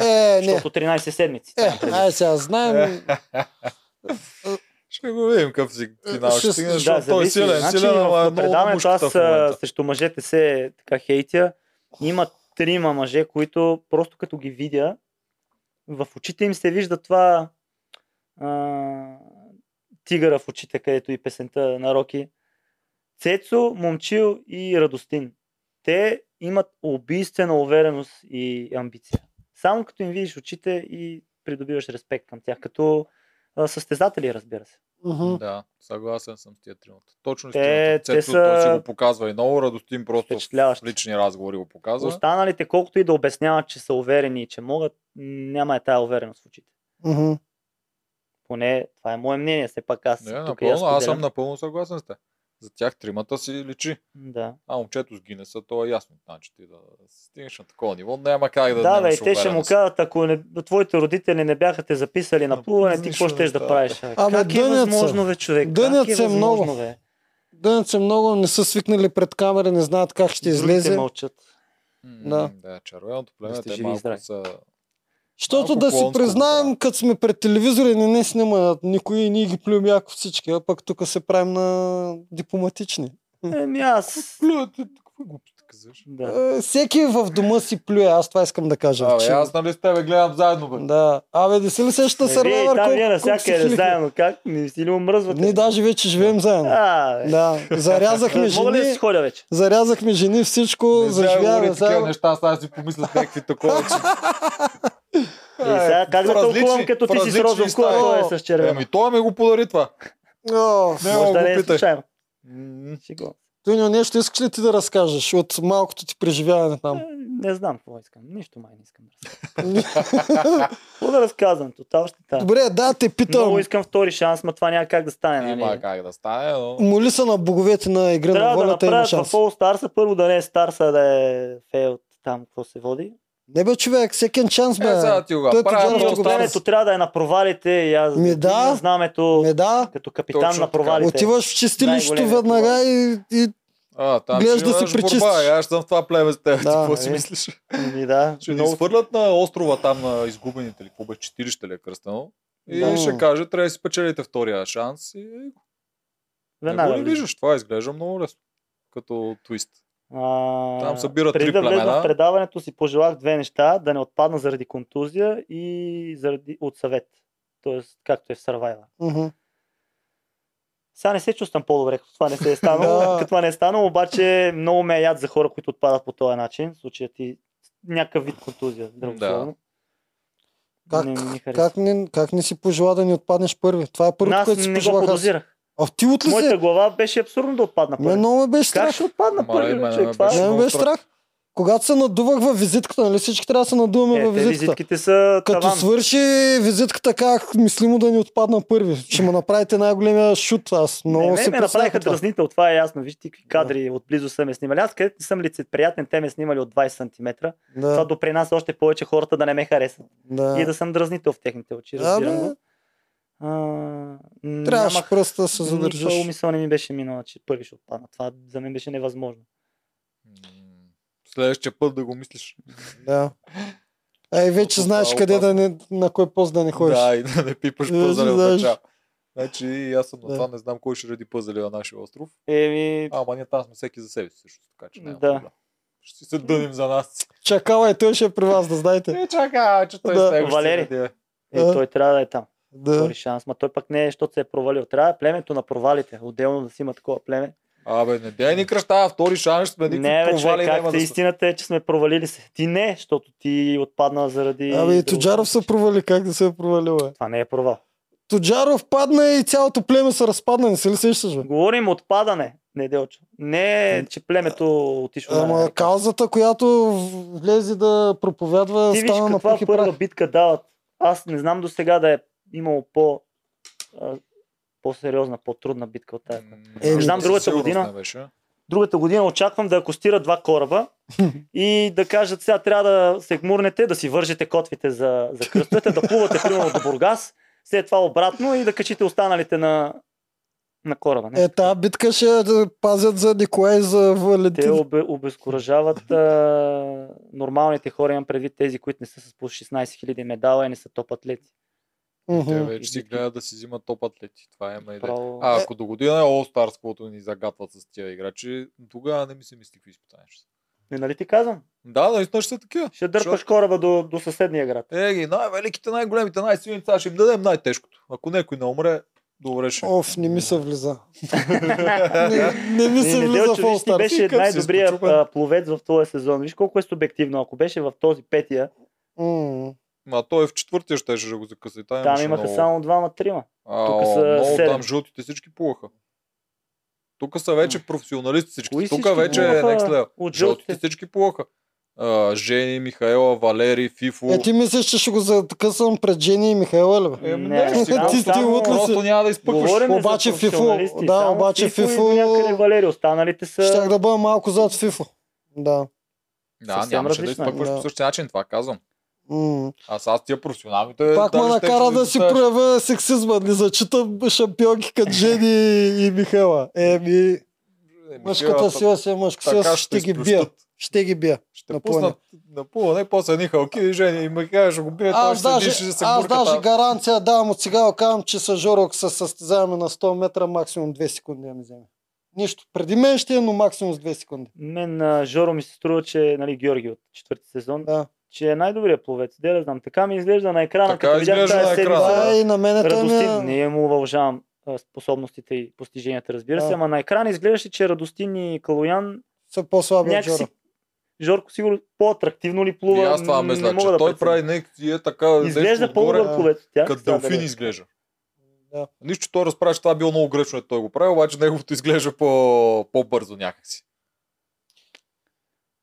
Е, не.
Защото 13 седмици.
Е, ай сега, знаем.
Ще го видим какъв си финал. Ще
Ще-
стигне,
да,
защото той е
зависи.
силен,
Значи,
силен,
в-
ама е
в
много
предаването
бабушката
аз
в момента.
а, срещу мъжете се така хейтя. Има трима мъже, които просто като ги видя, в очите им се вижда това а, тигъра в очите, където и песента на Роки. Цецо, Момчил и Радостин. Те имат убийствена увереност и амбиция. Само като им видиш очите и придобиваш респект към тях, като а, състезатели, разбира се.
Мгм.
Да, съгласен съм с тия тримата. Точно с
Те-
тримата.
те
Цецо,
са-
той си го показва и много. Радостин просто в
Впечатляващи.
лични разговори го показва.
Останалите, колкото и да обясняват, че са уверени и че могат, няма е тая увереност в очите.
Мгм.
Поне това е мое мнение, все пак аз.
Не,
тук я
напълно, аз съм
споделям.
напълно съгласен с те. За тях тримата си личи.
Да,
А момчето с Гинеса, то е ясно, значи ти да стигнеш на такова ниво, няма как да
да, да, бе,
нямаш
и те ще му
увереност.
кажат, ако не, твоите родители не бяха те записали на
На
плуване, ти
нищо
какво
не
ще да
става.
правиш? бе?
Абе,
как е
дънят са.
възможно, бе, човек?
Дънят
как е
са
възможно,
много.
Бе?
Дънци много не са свикнали пред камера, не знаят как ще
Другите
излезе.
мълчат.
М, Да, червеното племе,
Да сте
те
живи и
малко
здрави.
са...
Защото
Малко
да си
клонско го
признаем, като сме пред телевизора и не ни снимат никой и ние ги плюем яко всички, а пък тук се правим на дипломатични.
Еми аз.
Плюете, какво глупости казваш?
Да.
Е, всеки в дома си плюе, аз това искам да кажа.
Абе,
че-
аз нали с тебе гледам заедно, бе.
Да. Абе, не си ли сеща
Е, вие, и
Сървайвър
там вие
колко, колко се
навсякъде
хилихме?
заедно как? Не си ли умръзвате?
Ние даже вече живеем заедно.
А, бе.
Да, зарязахме
Мога ли да
жени,
си ходя вече?
зарязахме жени, всичко,
Не сега говори
заживяваме
такива
заедно.
неща, сега си помислят някакви такова, че...
[LAUGHS] И Е, сега как да
В различни-
тълкувам, като
в
ти си с
различни
розов кула,
стаи.
той е с червено.
Еми, той ми го подари това.
О,
Не,
Може
го
да не е
питай.
случайно.
М,
Шегувам се.
Туньо, нещо искаш ли ти да разкажеш от малкото ти преживяване
[LAUGHS]
там?
Е, Не знам какво искам. Нищо май не искам да разказвам. Какво да разказвам? Тотал ще та.
Добре, да, те питам.
Много искам втори шанс, но това няма как да стане.
Има
Нали?
как да стане, но... Е,
Моли се на боговете на игра на
Трябва да
волята, има
направят в
шанс.
All Stars, първо да не е Stars, а да е фейл там, какво се води.
Не бе, човек, всеки шанс
Е,
бе.
сега ти го
Той
правя.
ти
All
дава
Stars.
Времето трябва да е на провалите и аз
Ми да.
вдигна знамето
Не да,
като капитан
Точно
на
така.
провалите.
отиваш в чистилището
Най-големият
веднага и, и
А, там
Гледаш
ще
да се
имаш борба,
пречистиш.
е, Аз съм в това племе с теб.
Да,
Какво си
е.
мислиш?
Ми, да.
Ще ни
Много-
изхвърлят на острова там на изгубените ли, какво беше, читилище ли е кръстено. И
Да.
ще каже, трябва да си спечелите втория шанс. И... Не
Веднага
го ли
влизам.
виждаш? Това изглежда много лесно. Като твист.
А,
Там събират
преди
три
да влезна
племена.
в предаването си пожелах две неща. Да не отпадна заради контузия и заради от съвет. Тоест, както е в Survivor.
Мгм.
Сега не се чувствам по-добре, като това не се е
[LAUGHS]
станало.
Да.
като това не е станало, обаче много ме е яд за хора, които отпадат по този начин. В случая ти някакъв вид контузия, друго
Да.
слово.
Как-
не, не ми хареса.
как, не, как не си пожела да ни отпаднеш първи? Това е първото,
Аз
което си
не го
пожелах аз.
подозирах.
А ти от ли
Моята
се?
глава беше абсурдно да отпадна
Мен
първи.
много ме беше
Как
страх.
ще отпадна
Мале,
първи,
мене
човек?
ме
Това
беше
е...
Не ме
много
беше страх. Когато се надувах във визитката, нали всички трябва да се надуваме
Е,
във
те
визитката.
визитките са
Като
таван.
свърши визитката, как мислимо да ни отпадна първи. Ще му направите най-големия шут. Аз много
не,
се
не, ме
притеснявах
направиха
от това.
дразнител, това е ясно. Вижте какви кадри отблизо са ме снимали. Аз където не съм лицеприятен, те ме снимали от 20 см. Това
Да,
допринася още повече хората да не ме харесат.
да.
И да съм дразнител в техните очи, разбирам
Абе,
го. А,
трябваше
нямах-
просто да се
Никаква
задържиш.
умисъл не ми беше минала, че първи ще отпадна. Това за мен беше невъзможно.
М, Следващия път да го мислиш.
Да. А и вече
Защото
знаеш
това е
къде да
опасно.
не, на кой пост да не ходиш.
Да, и да не пипаш
Да,
пъзели от
знаеш.
начало. Значи и аз съм на
Да.
това, не знам кой ще реди пъзели на нашия остров.
Еми,
А, ама ние там сме всеки за себе си също, така че няма
Да.
проблем. Ще се дъним за нас.
Чакала и той ще е при вас, [LAUGHS] да знаете.
Е, чакай, че той
Да,
с него ще се
Валери.
наде.
Е,
Да.
той трябва да е там.
Да.
Втори шанс. Ма той пък не е, защото се е провалил. Трябва е племето на провалите. Отделно да си има такова племе.
Абе, не дей ни кръщава, втори шанс, сме
Нали
никакви
не, вече,
провали
как
няма
те,
да са.
истината е, че сме провалили се. Ти не, защото ти отпадна заради...
Абе и
друго.
Тоджаров се провали, как да се е провалил, бе?
Това не е провал.
Тоджаров падна и цялото племе се разпадна, не се ли сещаш, бе?
Говорим отпадане, неделчо. Не, е, че племето отишло.
Ами, Ама
на...
каузата, която влезе да проповядва,
Ти виж
стана на
каква
пък и
първа
прах.
битка дават. Аз не знам до сега да е имало по... а, по-сериозна, по-трудна битка от тази.
Еми,
знам,
знам,
със
другата
сигурност
година.
не беше.
Другата година очаквам да акостира два кораба и да кажат сега трябва да се гмурнете, да си вържете котвите за, за кръстовете, да плувате примерно до Бургас, след това обратно и да качите останалите на, на кораба. Не?
Е, тази битка ще я пазят за Николай и за
Те
Валентин.
обе, обезкуражават а, нормалните хора, имам предвид тези, които не са с плюс 16 000 медала и не са топ атлети.
Мгм.
Те вече си гледат да си взимат топ атлети. Това е има
Е,
идея.
Право...
А ако до година е All Stars, каквото ни загатват с тия играчи, тогава не ми се мисли какви изпитания ще са.
Не, нали ти казвам?
Да, наистина ще са такива.
Ще дърпаш кораба до, до съседния град.
Е, ги най-великите, най-големите, най-силните, сега ще им дадем най-тежкото. Ако някой не умре, добре ще.
Оф, не ми се влиза. [LAUGHS] не, не ми
И
се влиза в
Неделчо, виж, ти
All
Ти
беше
къв си,
най-добрият
изкочупен.
а, пловец в този сезон. Виж колко е субективно. Ако беше в този петия,
Ма той в четвъртия ще ще го закъса. и Там,
там
имаше
имаха
много...
само двама-трима.
Ао,
тук са
много
седем.
там жълтите всички плуваха. Тук са вече професионалисти
Кои
всички. Тук
всички
вече е
плуваха
next level.
от жълтите?
Жълтите всички плуваха. А, Жени, Михаела, Валери, Фифо.
Е, ти мислиш, че ще го закъсвам пред Жени и Михайла, ли, бе?
Еми,
Не,
не,
ти-
сега
ти- ти
само
лут ли си?
Просто няма да изпъкваш.
Говорим за
обаче Фифо-
професионалисти.
да,
Само
обаче
И
Фифо-
до някъде Валери. Останалите
Щях
са...
да бъда малко зад Фифо. Да.
Да,
съвсем
нямаше да
различна е.
изпъкваш
Да.
по същия начин, това казвам.
М.
Аз аз тия
Е,
професионалните...
Пак ме
даже ще
накара да
ги
си
поставя.
проявя сексизма. Не зачитам шампионки като Жени и Михайла. Еми,
Е, Михаела,
мъжката сила си е мъжка сила,
така
ще ги бия.
изплющат.
Ще ги бия.
Ще
на
пуснат на пълне, после едни халки и жени и Михаела ще го бие, Е, той
Аз
ще седи,
даже,
ще се
аз
бурка
даже
там.
гаранция давам от сега, казвам, че с Жорок се състезаваме на 100 метра, максимум 2 секунди да ми вземе. Нищо. Преди мен ще е, но максимум с 2 секунди.
Мен а, Жоро ми се струва, че нали, Георги от четвърти сезон,
Да.
че е най-добрият пловец. Де да знам. Така ми изглежда на екрана,
Така
като видях
изглежда
тази
на
седмица.
екрана,
Да, Е, и на мене той ми
Радостин,
е...
не му уважавам а, способностите и постиженията, разбира се,
Да.
ама на екрана изглеждаше, че Радостин и Калоян
са по-слаби от
някакси...
Жора.
Жорко сигурно по-атрактивно ли плува,
И Ами аз това
не
мисля,
мога
че
да
той
преценя.
прави някакви е така...
Изглежда
по-добре.
да.
по-добър пловец от тях.
Като
сега
делфин
дали.
изглежда.
Да.
Нищо, че той разправя, че това било много грешно, е той го прави, обаче неговото изглежда по- по-бързо някакси.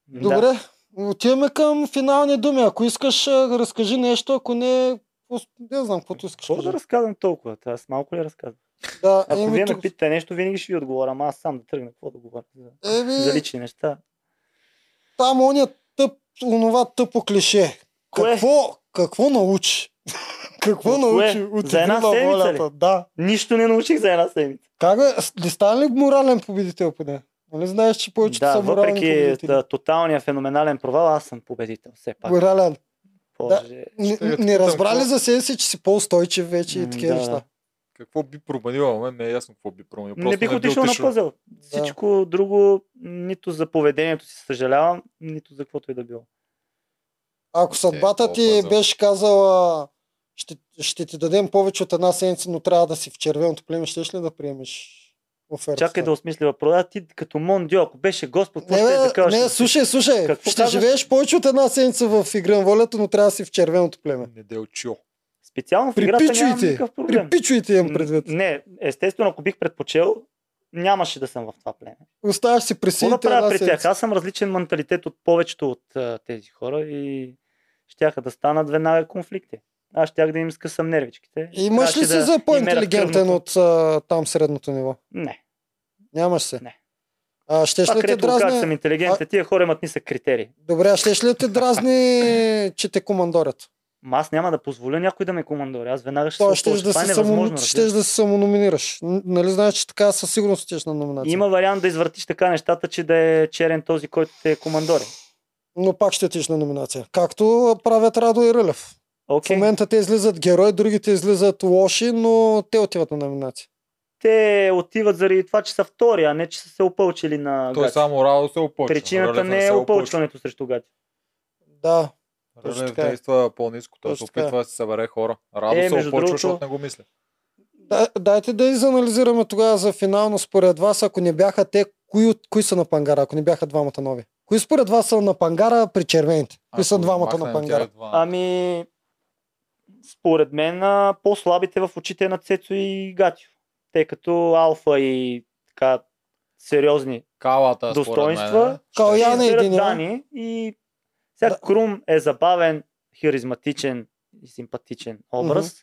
Да.
Добре, отиваме към финални думи. Ако искаш, а, разкажи нещо, ако не... пус- Не знам, каквото искаш.
Какво да
кажи.
разказвам толкова? Та Аз малко ли разказвам?
Да,
Ако
еми,
вие
Ами, тук-
ме питате нещо, винаги ще ви отговоря, ама аз сам да тръгна. Какво да говоря? За, за
еми,
лични неща.
там оня тъп, онова тъпо клише.
Кое?
Какво, какво научи? какво
От кое?
научи от
За една
игри на
седмица ли?
волята? Да.
Нищо не научих за една седмица.
Как е? С- Не стана ли морален победител поне? Нали знаеш, че повечето
да,
са морални
въпреки
победители?
да, тоталния феноменален провал, аз съм победител. Все пак.
Морален.
Боже.
Не,
Ще я
не
питам,
разбрали
какво-
за себе си, че си по-устойчив вече и
М,
такива
да,
неща.
да.
Какво би променила? Мен не е ясно какво би променил. Просто
не бих
би
отишъл на пъзъл. Всичко друго, нито за поведението си съжалявам, нито за каквото и да било.
Ако съдбата
то
ти
пазар.
беше казала, ще, ще ти дадем повече от една седмица, но трябва да си в червеното племе, щеш ли да приемеш офертата?
Чакай да осмисля въпроса. Ти като Мондио, ако беше Господ, какво
не,
ще е
бе,
да кажеш?
не, слушай, слушай.
Какво
ще
каза?
живееш повече от една седмица в игра на волята, но трябва да си в червеното племе.
Неделчио.
Специално в играта нямам
Припичуйте.
никакъв проблем.
Припичуйте им предвид.
Не, естествено, ако бих предпочел, нямаше да съм в това племе.
Оставаш си при
Какво
сините
да правя
една
при тях?
седмица.
Аз съм различен менталитет от повечето от а, тези хора и щяха да станат веднага конфликти. Аз щях да им скъсам нервичките.
Имаш ли
Трябваше
си
да
за
им
по-интелигентен
мерят
от а, там средното ниво?
кръвното. Не.
Нямаш се.
Не.
А, щеш
Това,
ли те
където го казах, съм
дразни?
интелигентен. Тия хора имат нисък критерии.
Добре, а щеш ли те дразни, [LAUGHS] че те командорят?
Ма аз няма да позволя някой да ме командори. Аз веднага ще
То
се
ще
отложа.
да
Това е
се само,
невъзможно.
щеш
разбираш.
да се самономинираш. Н- Нали знаеш, че така със сигурност отиваш на номинация.
Има вариант да извъртиш така нещата, че да е черен този, който те е командори.
Но пак ще отиш на номинация. Както правят Радо и Рълев. В
Окей.
момента те излизат герой, другите излизат лоши, но те отиват на номинация.
те отиват заради това, че са втори, а не че са се опълчили на
Той
гати.
само Рао се опълчва.
Причината
Рълев
не е
се
опълчването срещу гати.
Да, Точно
Рълев
така е.
действа по-низко. Той се
Точно така е.
опитва да се събере хора. Радо
Е,
се
между
опълчва,
другото-
защото не го мисля.
Да, дайте да изанализираме тогава за финално според вас, ако не бяха те, кои, от- кои са на пангара, ако не бяха двамата нови? Кои според вас са на пангара при червените? Кои са
Ако
двамата
махнем
на
тях
пангара?
два-
Ами, според мен, а, по-слабите в очите на Цецо и Гатио. Тъй като Алфа и така сериозни
Калата,
достоинства.
достоинства.
ще
Калян е
изберат
един, а?
Дани и сега
Да.
Крум е забавен, харизматичен и симпатичен образ.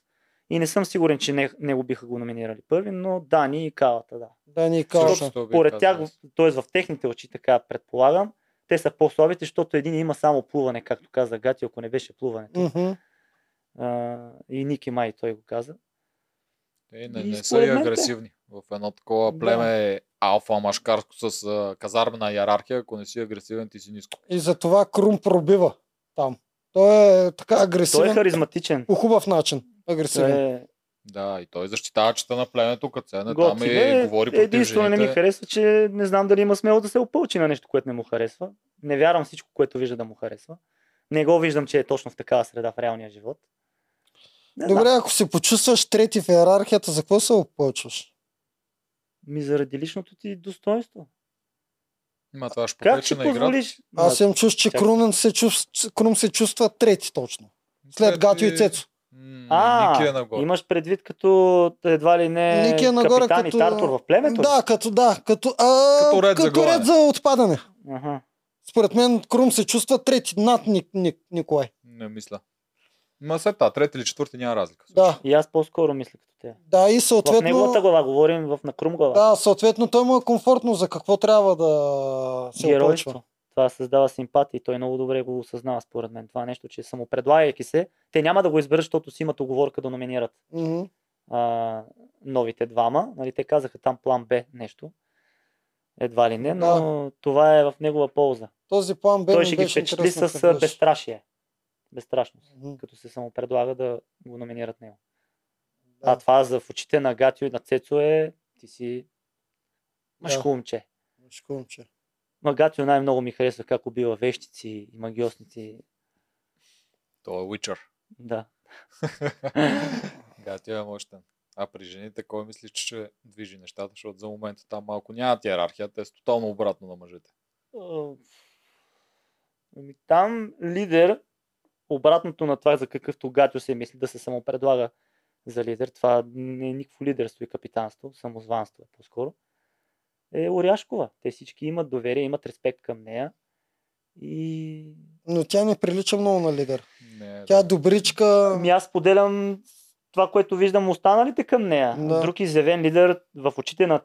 И не съм сигурен, че не, не го биха го номинирали първи, но Дани и Калата, да.
Да ни кажа.
Поред тях, т.е. в техните очи, така предполагам, те са по-слабите, защото един има само плуване, както каза Гати, ако не беше плуването.
Мгм.
А, и Ники Май той го каза.
Е, не,
И
не са
според
и
мен те.
агресивни. В едно такова
Да.
племе е алфа машкарско с а, казармена иерархия, ако не си агресивен, ти си ниско.
И затова Крум пробива там. Той е така
Той е
агресивен.
харизматичен.
По хубав начин.
Той
Агресивен.
е
Да, и той защитава чета на племето, като се не там
готин.
и
Е,
говори против
Единствено не ми
жените.
харесва, че не знам дали има смело да се опълчи на нещо, което не му харесва. Не вярвам всичко, което вижда да му харесва. Не го виждам, че е точно в такава среда в реалния живот. Не знам.
Добре, ако се почувстваш трети в иерархията, за какво се опълчваш?
Ми заради личното ти достоинство.
Ма това ще
Как
попречи
ще
на играта.
позволиш?
Аз е- съм чуш, че
Значи, чакай.
Крум се, чувств... Крум се чувства трети точно.
Е,
След Гато и Цецо.
М,
А,
Ники е нагоре.
имаш предвид като едва ли не
Ники е нагоре
капитан
като-
и тартор в племето? ли?
Да, като, да, като, а,
Като ред за
като
голене.
ред за отпадане.
Аха.
Според мен Крум се чувства трети над Ник, Ник, Николай.
Не мисля. Ма след това, трети или четвърти няма разлика.
Да,
И аз по-скоро мисля като те.
да и
В неговата
съответно,
глава говорим, в Накрум глава.
да, съответно той му е комфортно за какво трябва да се опълчва.
геройство. Това създава симпатии. Той много добре го осъзнава, според мен. Това нещо, че самопредлагайки се, те няма да го изберат, защото си имат оговорка да номинират
Мгм.
а, новите двама. Нали, те казаха там план Б нещо. Едва ли не, но това е в негова полза.
Този план Б
Той
ми
ще ги
беше
впечатли
интересен
с
как
а,
беше.
безстрашие. Безстрашност.
Мгм.
Като се самопредлага да го номинират него.
Да.
А това за в очите на Гатио и на Цецо е ти си мъжко момче.
Шкумче.
Ма Гатио най-много ми харесва как убива вещици и магиосници.
Той е Witcher.
Да.
Гатио е мощен. А при жените, кой мисли, че ще движи нещата, защото за момента там малко нямат иерархия, те са тотално обратно на мъжете.
А, Е, Ами там лидер, обратното на това, за какъвто гатио се мисли да се самопредлага за лидер, това не е никакво лидерство и капитанство, самозванство е по-скоро, е Оряшкова. Те всички имат доверие, имат респект към нея и
Но тя не прилича много на лидер.
Не,
Тя е
да.
добричка.
Ами аз поделям това, което виждам останалите към нея.
Да.
Друг изявен лидер в очите на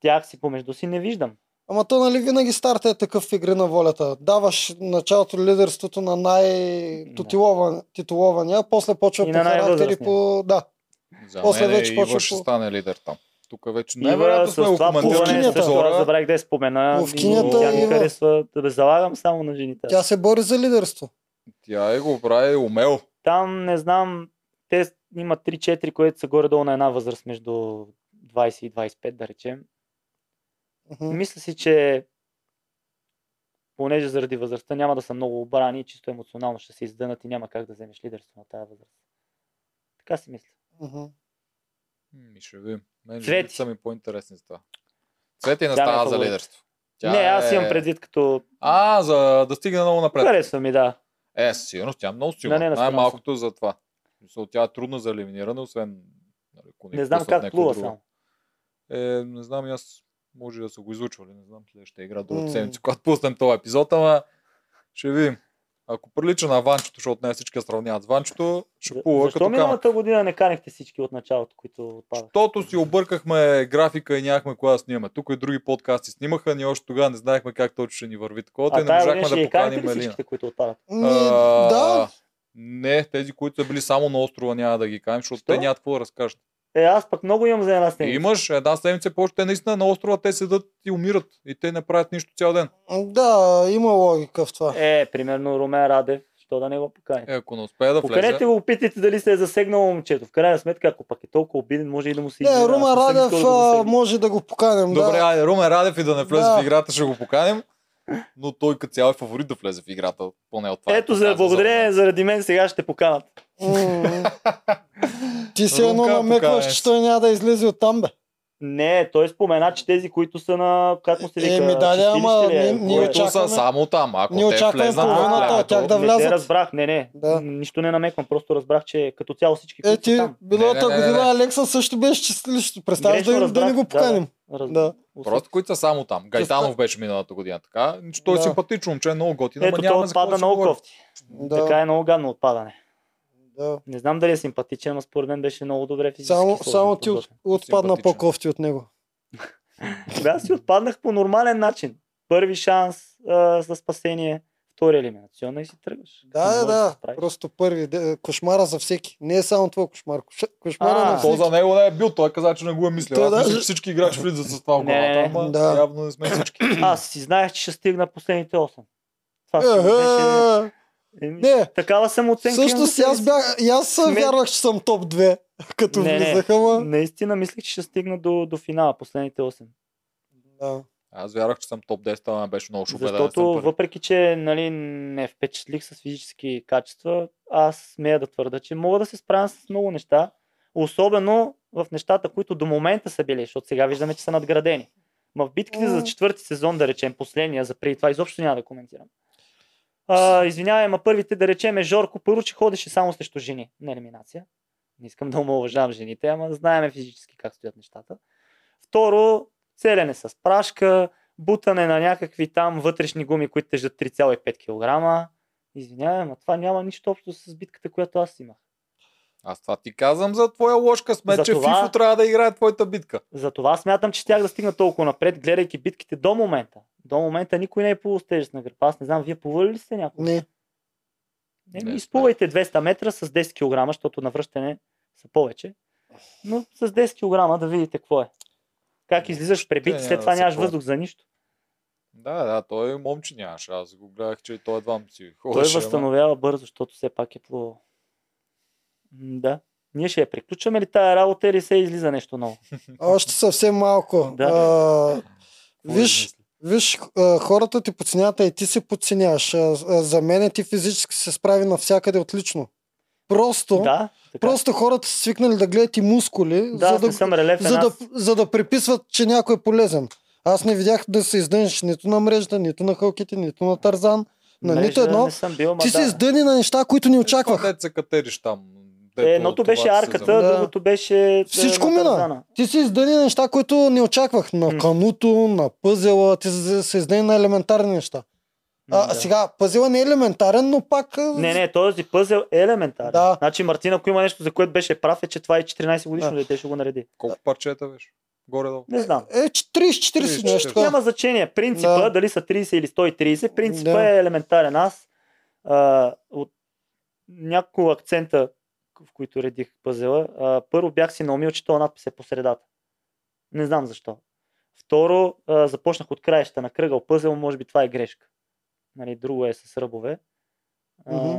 тях си помежду си не виждам.
Ама то нали винаги старта е такъв в игри на волята. Даваш началото лидерството на най-титулования, а после почва
И
по
на
характери
най-възрастния.
по... Да.
За
После
мен
вече
вече Ива
почва
ще
по-
стане лидер там. Тук вече
Ива
най-вероятно сме
с
го
това плуване,
коментирали
пуване,
в
също аз
обзора.
забравих да я спомена. и
Ловкинята
Тя ми
Ива.
харесва да бе залагам само на жените.
Тя се бори за лидерство.
Тя е го прави умел.
Там не знам, те с- има 3-4, които са горе-долу на една възраст между 20 и 25, да речем.
Мгм.
Мисля си, че понеже заради възрастта няма да са много обрани, чисто емоционално ще се издънат и няма как да вземеш лидерство на тази възраст. Така си мисля.
Мгм.
Ми ще видим. Мен
Цвети.
жените са ми по-интересни за това. Цвети не
Тя ми е
става за
фаворит.
лидерство.
Тя не, аз имам
е-
предвид като...
А, за да стигне много напред.
Харесва ми, да.
Е, със сигурност тя е много сигурна.
не, на страна
Най-малкото за това. В смисъл, Тя е трудна за елиминиране, освен нали, ако
Не знам
пуснат
как
някой
плува
друг.
само.
Е, не знам, и аз може да са го излучвали. Не знам следващата игра до
М.
седмица, когато пуснем този епизод, ама ще видим. Ако прилича на ванчето, защото не всички я сравняват с ванчето, ще
За-
плува
Защо
като камък.
миналата година не канехте всички от началото, които отпадат?
Защото си объркахме графика и нямахме кога да снимаме. Тук и други подкасти снимаха, ние още тогава не знаехме как точно ще ни върви такова.
А
Те не
тая година
можахме
ще
да нали?
ги канете
поканим
ли
Елина.
всичките, които отпадат?
Ми,
А,
Ами, да,
Не, тези, които са били само на острова, няма да ги каним, защото
Що?
те нямат какво да разкажат.
Е, аз пък много имам за една
И
седмица.
имаш една седмица, повече те наистина на острова, те седат и умират. И те не правят нищо цял ден.
да, има логика в това.
Е, примерно Румен Радев защо да не го покани?
Е, ако не успее да влезе.
Поканете го, опитайте дали се е засегнал момчето. В крайна сметка, ако пък е толкова обиден, може и да му се
Не,
измина.
Румен
Аз не съм
Радев
искал да го
а,
засегна.
може да го поканем.
Добре,
да.
айде, Румен Радев и да не влезе
Да.
в играта, ще го поканим. Но той като цяло е фаворит да влезе в играта, поне от това. е
Ето, за, благодарение заради мен сега ще поканат.
[LAUGHS]
М. Ти си едно
Румка,
намекваш,
поканеш.
че той няма да излезе от там, бе.
Не, той спомена, че тези, които са на, как му се вика,
Еми, да, да,
40
ама
ли е?
ние- ние
Ние Които
Което-
очакваме-
са само там, ако
Ние
те
очакваме
влезнат в
половината,
племето,
тях да
не
влязат.
те разбрах, не, не.
Да.
Да. Нищо не намеквам, просто разбрах, че като цяло всички,
Е,
които са
ти,
там.
миналата
Не, не, не, не.
година Алекса също беше честилище. Представяш да,
Грешно
ни- да
разбрах,
не го поканим.
Раз...
Да.
Просто които са само там. Гайтанов
Честно.
беше миналата година така. Значи, Той е
Да.
симпатичен момче, много готин, ама
Ето, той
няма за какво
отпада
да
много
много
кофти.
Да,
Така е много гадно отпадане.
да.
Не знам дали е симпатичен, но според мен беше много добре физически.
Само,
сложен,
само ти от,
подготвен.
отпадна
Симпатичен.
по-кофти от него.
Тогава си отпаднах по нормален начин. Първи шанс а, за спасение, втори елиминационна и си тръгваш. Ако не
Да, да,
можеш
да.
се справиш.
Просто първи. де- Кошмара за всеки. Не е само твой кошмар. кош- Кошмара
А,
на
То
всеки.
за него не е бил, той каза, че не го е мислил.
Той
Аз
даже-
мисля, че всички играчи влизат с това в
Не, не,
главата,
не.
ама
Да.
явно не сме всички.
Аз си знаех, че ще стигна последните 8.
Е,
Това си беше...
Еhe.
Еми,
е, Не,
Такава самооценка. имам за
всъщност и
себе
аз
си.
бях, и аз
Сме-
вярвах, че съм топ 2, [LAUGHS] като
Не, не.
влизаха, ма.
Наистина мислех, че ще стигна до, до финала, последните 8.
Да.
Аз вярвах, че съм топ 10, ама беше много шубе.
Защото въпреки, че нали, не впечатлих с физически качества, аз смея да твърда, че мога да се справя с много неща, особено в нещата, които до момента са били, защото сега виждаме, че са надградени. Ма в битките за
М.
четвърти сезон, да речем, последния за преди това, изобщо няма да коментирам. А, извинявай, ма първите, да речем, е Жорко, първо, че ходеше само срещу жени на елиминация. Не искам да омалуважавам жените, ама знаеме физически как стоят нещата. Второ, целене с прашка, бутане на някакви там вътрешни гуми, които тежат 3,5 кг. Извинявай, но това няма нищо общо с битката, която аз имах.
Аз това ти казвам за твоя ложка смет,
За
че
това-
Фифо трябва да играе твоята битка.
Затова смятам, че тях да стигна толкова напред, гледайки битките до момента. До момента никой не е плувал с тежест на гърба. Аз не знам, вие плували ли сте някой?
Не,
Не,
Не,
ми изплувайте 200 метра с 10 кг, защото на връщане са повече. Но с 10 кг да видите какво е. Как излизаш пребит,
няма
след
да
това
се
нямаш
плува.
въздух за нищо.
Да, да, той момче нямаше. Аз го гледах, че и той едва му си
Той
ходеше. е, ама-
възстановява бързо, защото все пак е плувал. М, Да. Ние ще я приключваме ли тая работа или се излиза нещо ново?
още съвсем малко.
Да.
А,
Какво да
виж,
измисли?
Виж, а, хората ти подценяват, а и ти се подценяваш. А, а, За мен е ти физически се справи навсякъде отлично. Просто,
Да, така.
просто хората са свикнали да гледат и мускули,
да,
за,
аз
да,
не съм релефен.
за, да,
аз.
за да приписват, че някой е полезен. Аз не видях да се издъниш нито на мрежда, нито на хълките, нито на Тарзан. на
Мрежа
нито едно.
Не съм бил, ма
ти
да.
се издъни на неща, които не
Това,
очаквах.
дето се катериш там. дето
Е, едното
от това
беше
ти се
арката,
замъ-
Да.
другото беше... е,
Всичко
на
мина.
Тарзана.
Ти се издъни на неща, които не очаквах. На
е- М.
кануто, на пъзела, ти се се издъни на елементарни неща. А,
М, да.
сега, пъзела не е елементарен, но пак... а,
Не, не, този пъзел е елементарен.
Да.
Значи Мартина, ако има нещо, за което беше прав, е, че това е 14 годишно
Да.
дете, ще го нареди.
Колко парчета беше? Горе-долу.
Не знам.
Е, 30-40
30-40.
нещо такова.
Няма значение. Принципа,
Да.
дали са 30 или 130, принципа
Да.
е елементарен. Аз а, от няколко акцента, в които редих пъзела, а, първо бях си наумил, че този надпис е по средата. Не знам защо. Второ, а, започнах от краища на кръгъл пъзел, може би това е грешка. Нали, друго е с ръбове. А,
Мгм.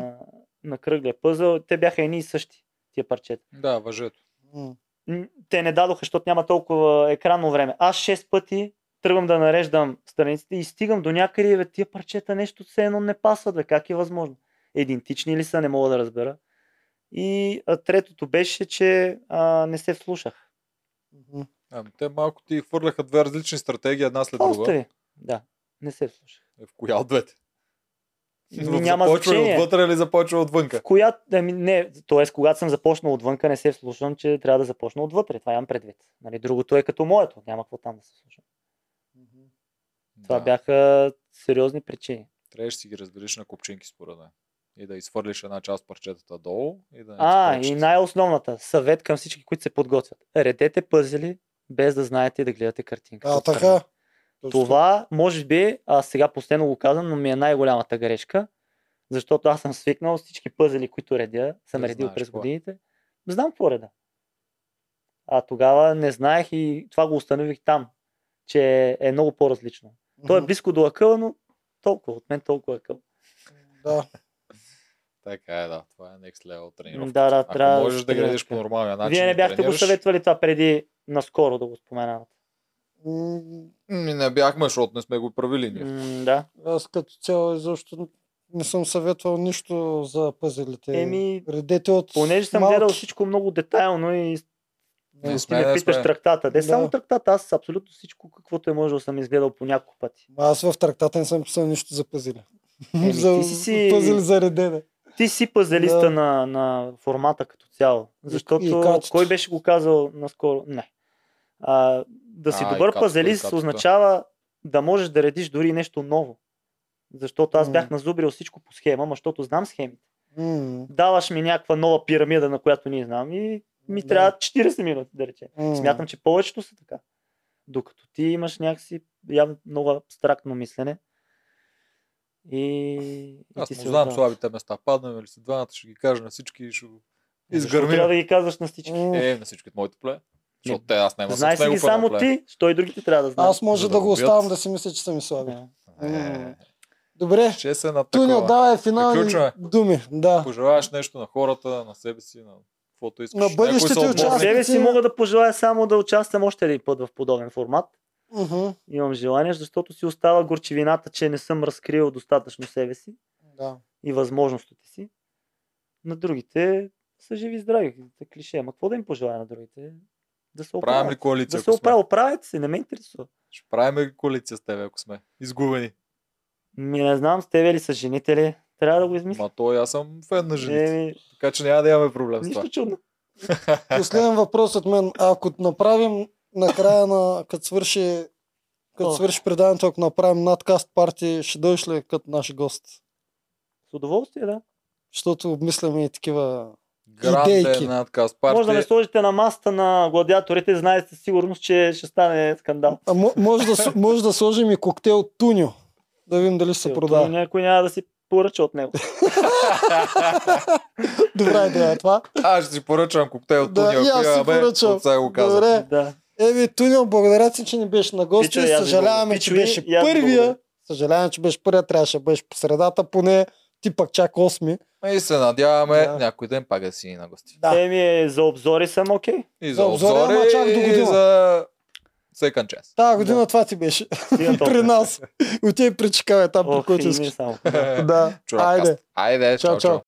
На кръглия пъзел, те бяха едни и същи, тия парчета.
Да, въжето.
М.
М, те не дадоха, защото няма толкова екранно време. Аз 6 пъти тръгвам да нареждам страниците и стигам до някъде и бе, тия парчета нещо все едно не пасват, бе, как е възможно? Идентични ли са, не мога да разбера. И а, третото беше, че а, не се вслушах.
М.
Ами, те малко ти хвърляха две различни стратегии, една след
Това
друга.
остави. Да, не се вслушах.
Е, В коя от двете?
Ми, няма
започва
значение.
отвътре или започва отвънка?
В коя... Ами, не, т.е. когато съм започнал отвънка, не се вслушвам, че трябва да започна отвътре. Това имам предвид. Нали, другото е като моето. Няма какво там да се слушам. Това
да.
бяха сериозни причини.
Трябваше да си ги разделиш на купчинки, според мен. И да изхвърлиш една част парчетата долу. И да не
А,
ти пречат.
и най-основната съвет към всички, които се подготвят. Редете пъзели, без да знаете и да гледате картинка.
А, така.
Това, може би, аз сега последно го казвам, но ми е най-голямата грешка, защото аз съм свикнал всички пъзели, които редя, съм
Да
редил
знаеш
през
какво е.
годините. Знам какво реда. А тогава не знаех и това го установих там, че е много по-различно. То е
Мгм.
близко до акъла, но толкова, от мен толкова акъл.
Да.
Така е, да. Това е next level тренировка.
Да, да,
Ако
трябва да
можеш
се
да градиш по
тренираш.
нормалния начин.
Вие не
да
бяхте
Значи тренираш,
го съветвали това преди наскоро да го споменавате.
М,
Ми не бяхме, защото не сме го правили ние.
М, да.
Аз като цяло изобщо не съм съветвал нищо за пъзелите.
Еми,
Редете от
Е, понеже съм
малки.
гледал всичко много детайлно и
Не
ти
сме,
ме
не
питаш
сме.
трактата. Не
Да.
само трактата, аз абсолютно всичко, каквото е можел, съм изгледал по няколко пъти.
Аз в трактата не съм писал нищо за пъзели. [LAUGHS]
Еми,
за
ти си си-
пъзели за редене.
Ти си пазелиста
Да.
на, на формата като цяло. Защото
и качеството.
кой беше го казал наскоро? Не. А, да си
А, и
добър
качество, и
пазелист
качество.
означава да можеш да редиш дори и нещо ново. Защото аз
М.
бях назубрил всичко по схема, ма защото знам схемите.
М,
Даваш ми някаква нова пирамида, на която не знам и ми
Да.
трябва 40 минути, да речем.
м.
Смятам, че повечето са така. Докато ти имаш някакси явно много абстрактно мислене. И, и
Аз му
се
знам
отдаваш.
слабите места. Паднем ли си двамата, ще ги кажа на всички и ще го
Защо трябва да
изгърмим.
ги казваш на всички.
М.
Е, на всички от моите пле. Защото те аз няма
Знай
с
си
него
ги
в едно
само
пле.
ти, що и другите трябва да знаят.
Аз може
За
да,
да
го
убият.
оставам да си мисля, че съм и слаби.
Да.
Е,
Добре,
Ще
[LAUGHS]
се на
Туня,
Е, такова.
давай финални
Приключваме.
думи. Да.
Пожелаваш нещо на хората, на себе си, на каквото искаш.
На
Някои са
бъдещите
отморни.
На
участници.
себе си
ти-
мога да пожелая само да участвам още един път в подобен формат.
Мгм.
Имам желание, защото си остава горчевината, че не съм разкрил достатъчно себе си
Да.
и възможностите си. На другите са живи и здрави. Та клише. Ама какво да им пожелая на другите? Да се
Правим ли
оправят.
коалиция,
Да се
ако сме?
оправят. Оправят се, не ме интересува.
Ще правим ли коалиция с тебе, ако сме? Изгубени.
Ми не знам с тебе ли са жените ли. Трябва да го измисля.
Ма то и аз съм фен на жените.
Еми,
Така че няма да имаме проблем с това.
нищо чудно.
Последен въпрос от мен. Ако направим накрая на, като свърши като
О.
свърши предаването, ако направим надкаст парти, ще дойдеш ли като наш гост?
С удоволствие, да.
Защото обмисляме и такива...
Гранде
Идейки.
надкаст
Може да ме
партия.
сложите на масата на гладиаторите, знаете със сигурност, че ще стане скандал.
А, мо- може, да,
[LAUGHS]
с- може да сложим и коктейл Туньо. Да видим дали ще се
Защото
продава.
Някой няма да си поръча от него.
Добра идея е това.
Аз ще си поръчам коктейл от
Да,
Туния.
и аз си
ако имаме,
поръчам.
От сега го казвам.
Добре.
да.
Еми, Туньо, благодаря ти, че не беше на гости.
Пичове, и аз ви
Съжаляваме,
благодаря.
че
Пичове,
беше
и аз ви
първия.
благодаря.
Съжаляваме, че беше първия. Трябваше да беше по средата, поне ти пък чак 8.
И се надяваме
Да.
някой ден пак да си и на гости.
Да.
Еми, Е, за обзори съм окей.
И
За
за
обзора,
обзори,
ама чак до
и
година.
за second chance.
Тая година това ти беше.
Стига
[LAUGHS]
толкова.
при нас. Отивай при Чикаго, там, при
Ох,
който
и ми е
[LAUGHS]
искаш.
само.
Да,
Чурапкаст.
айде.
Айде,
Чао, чао.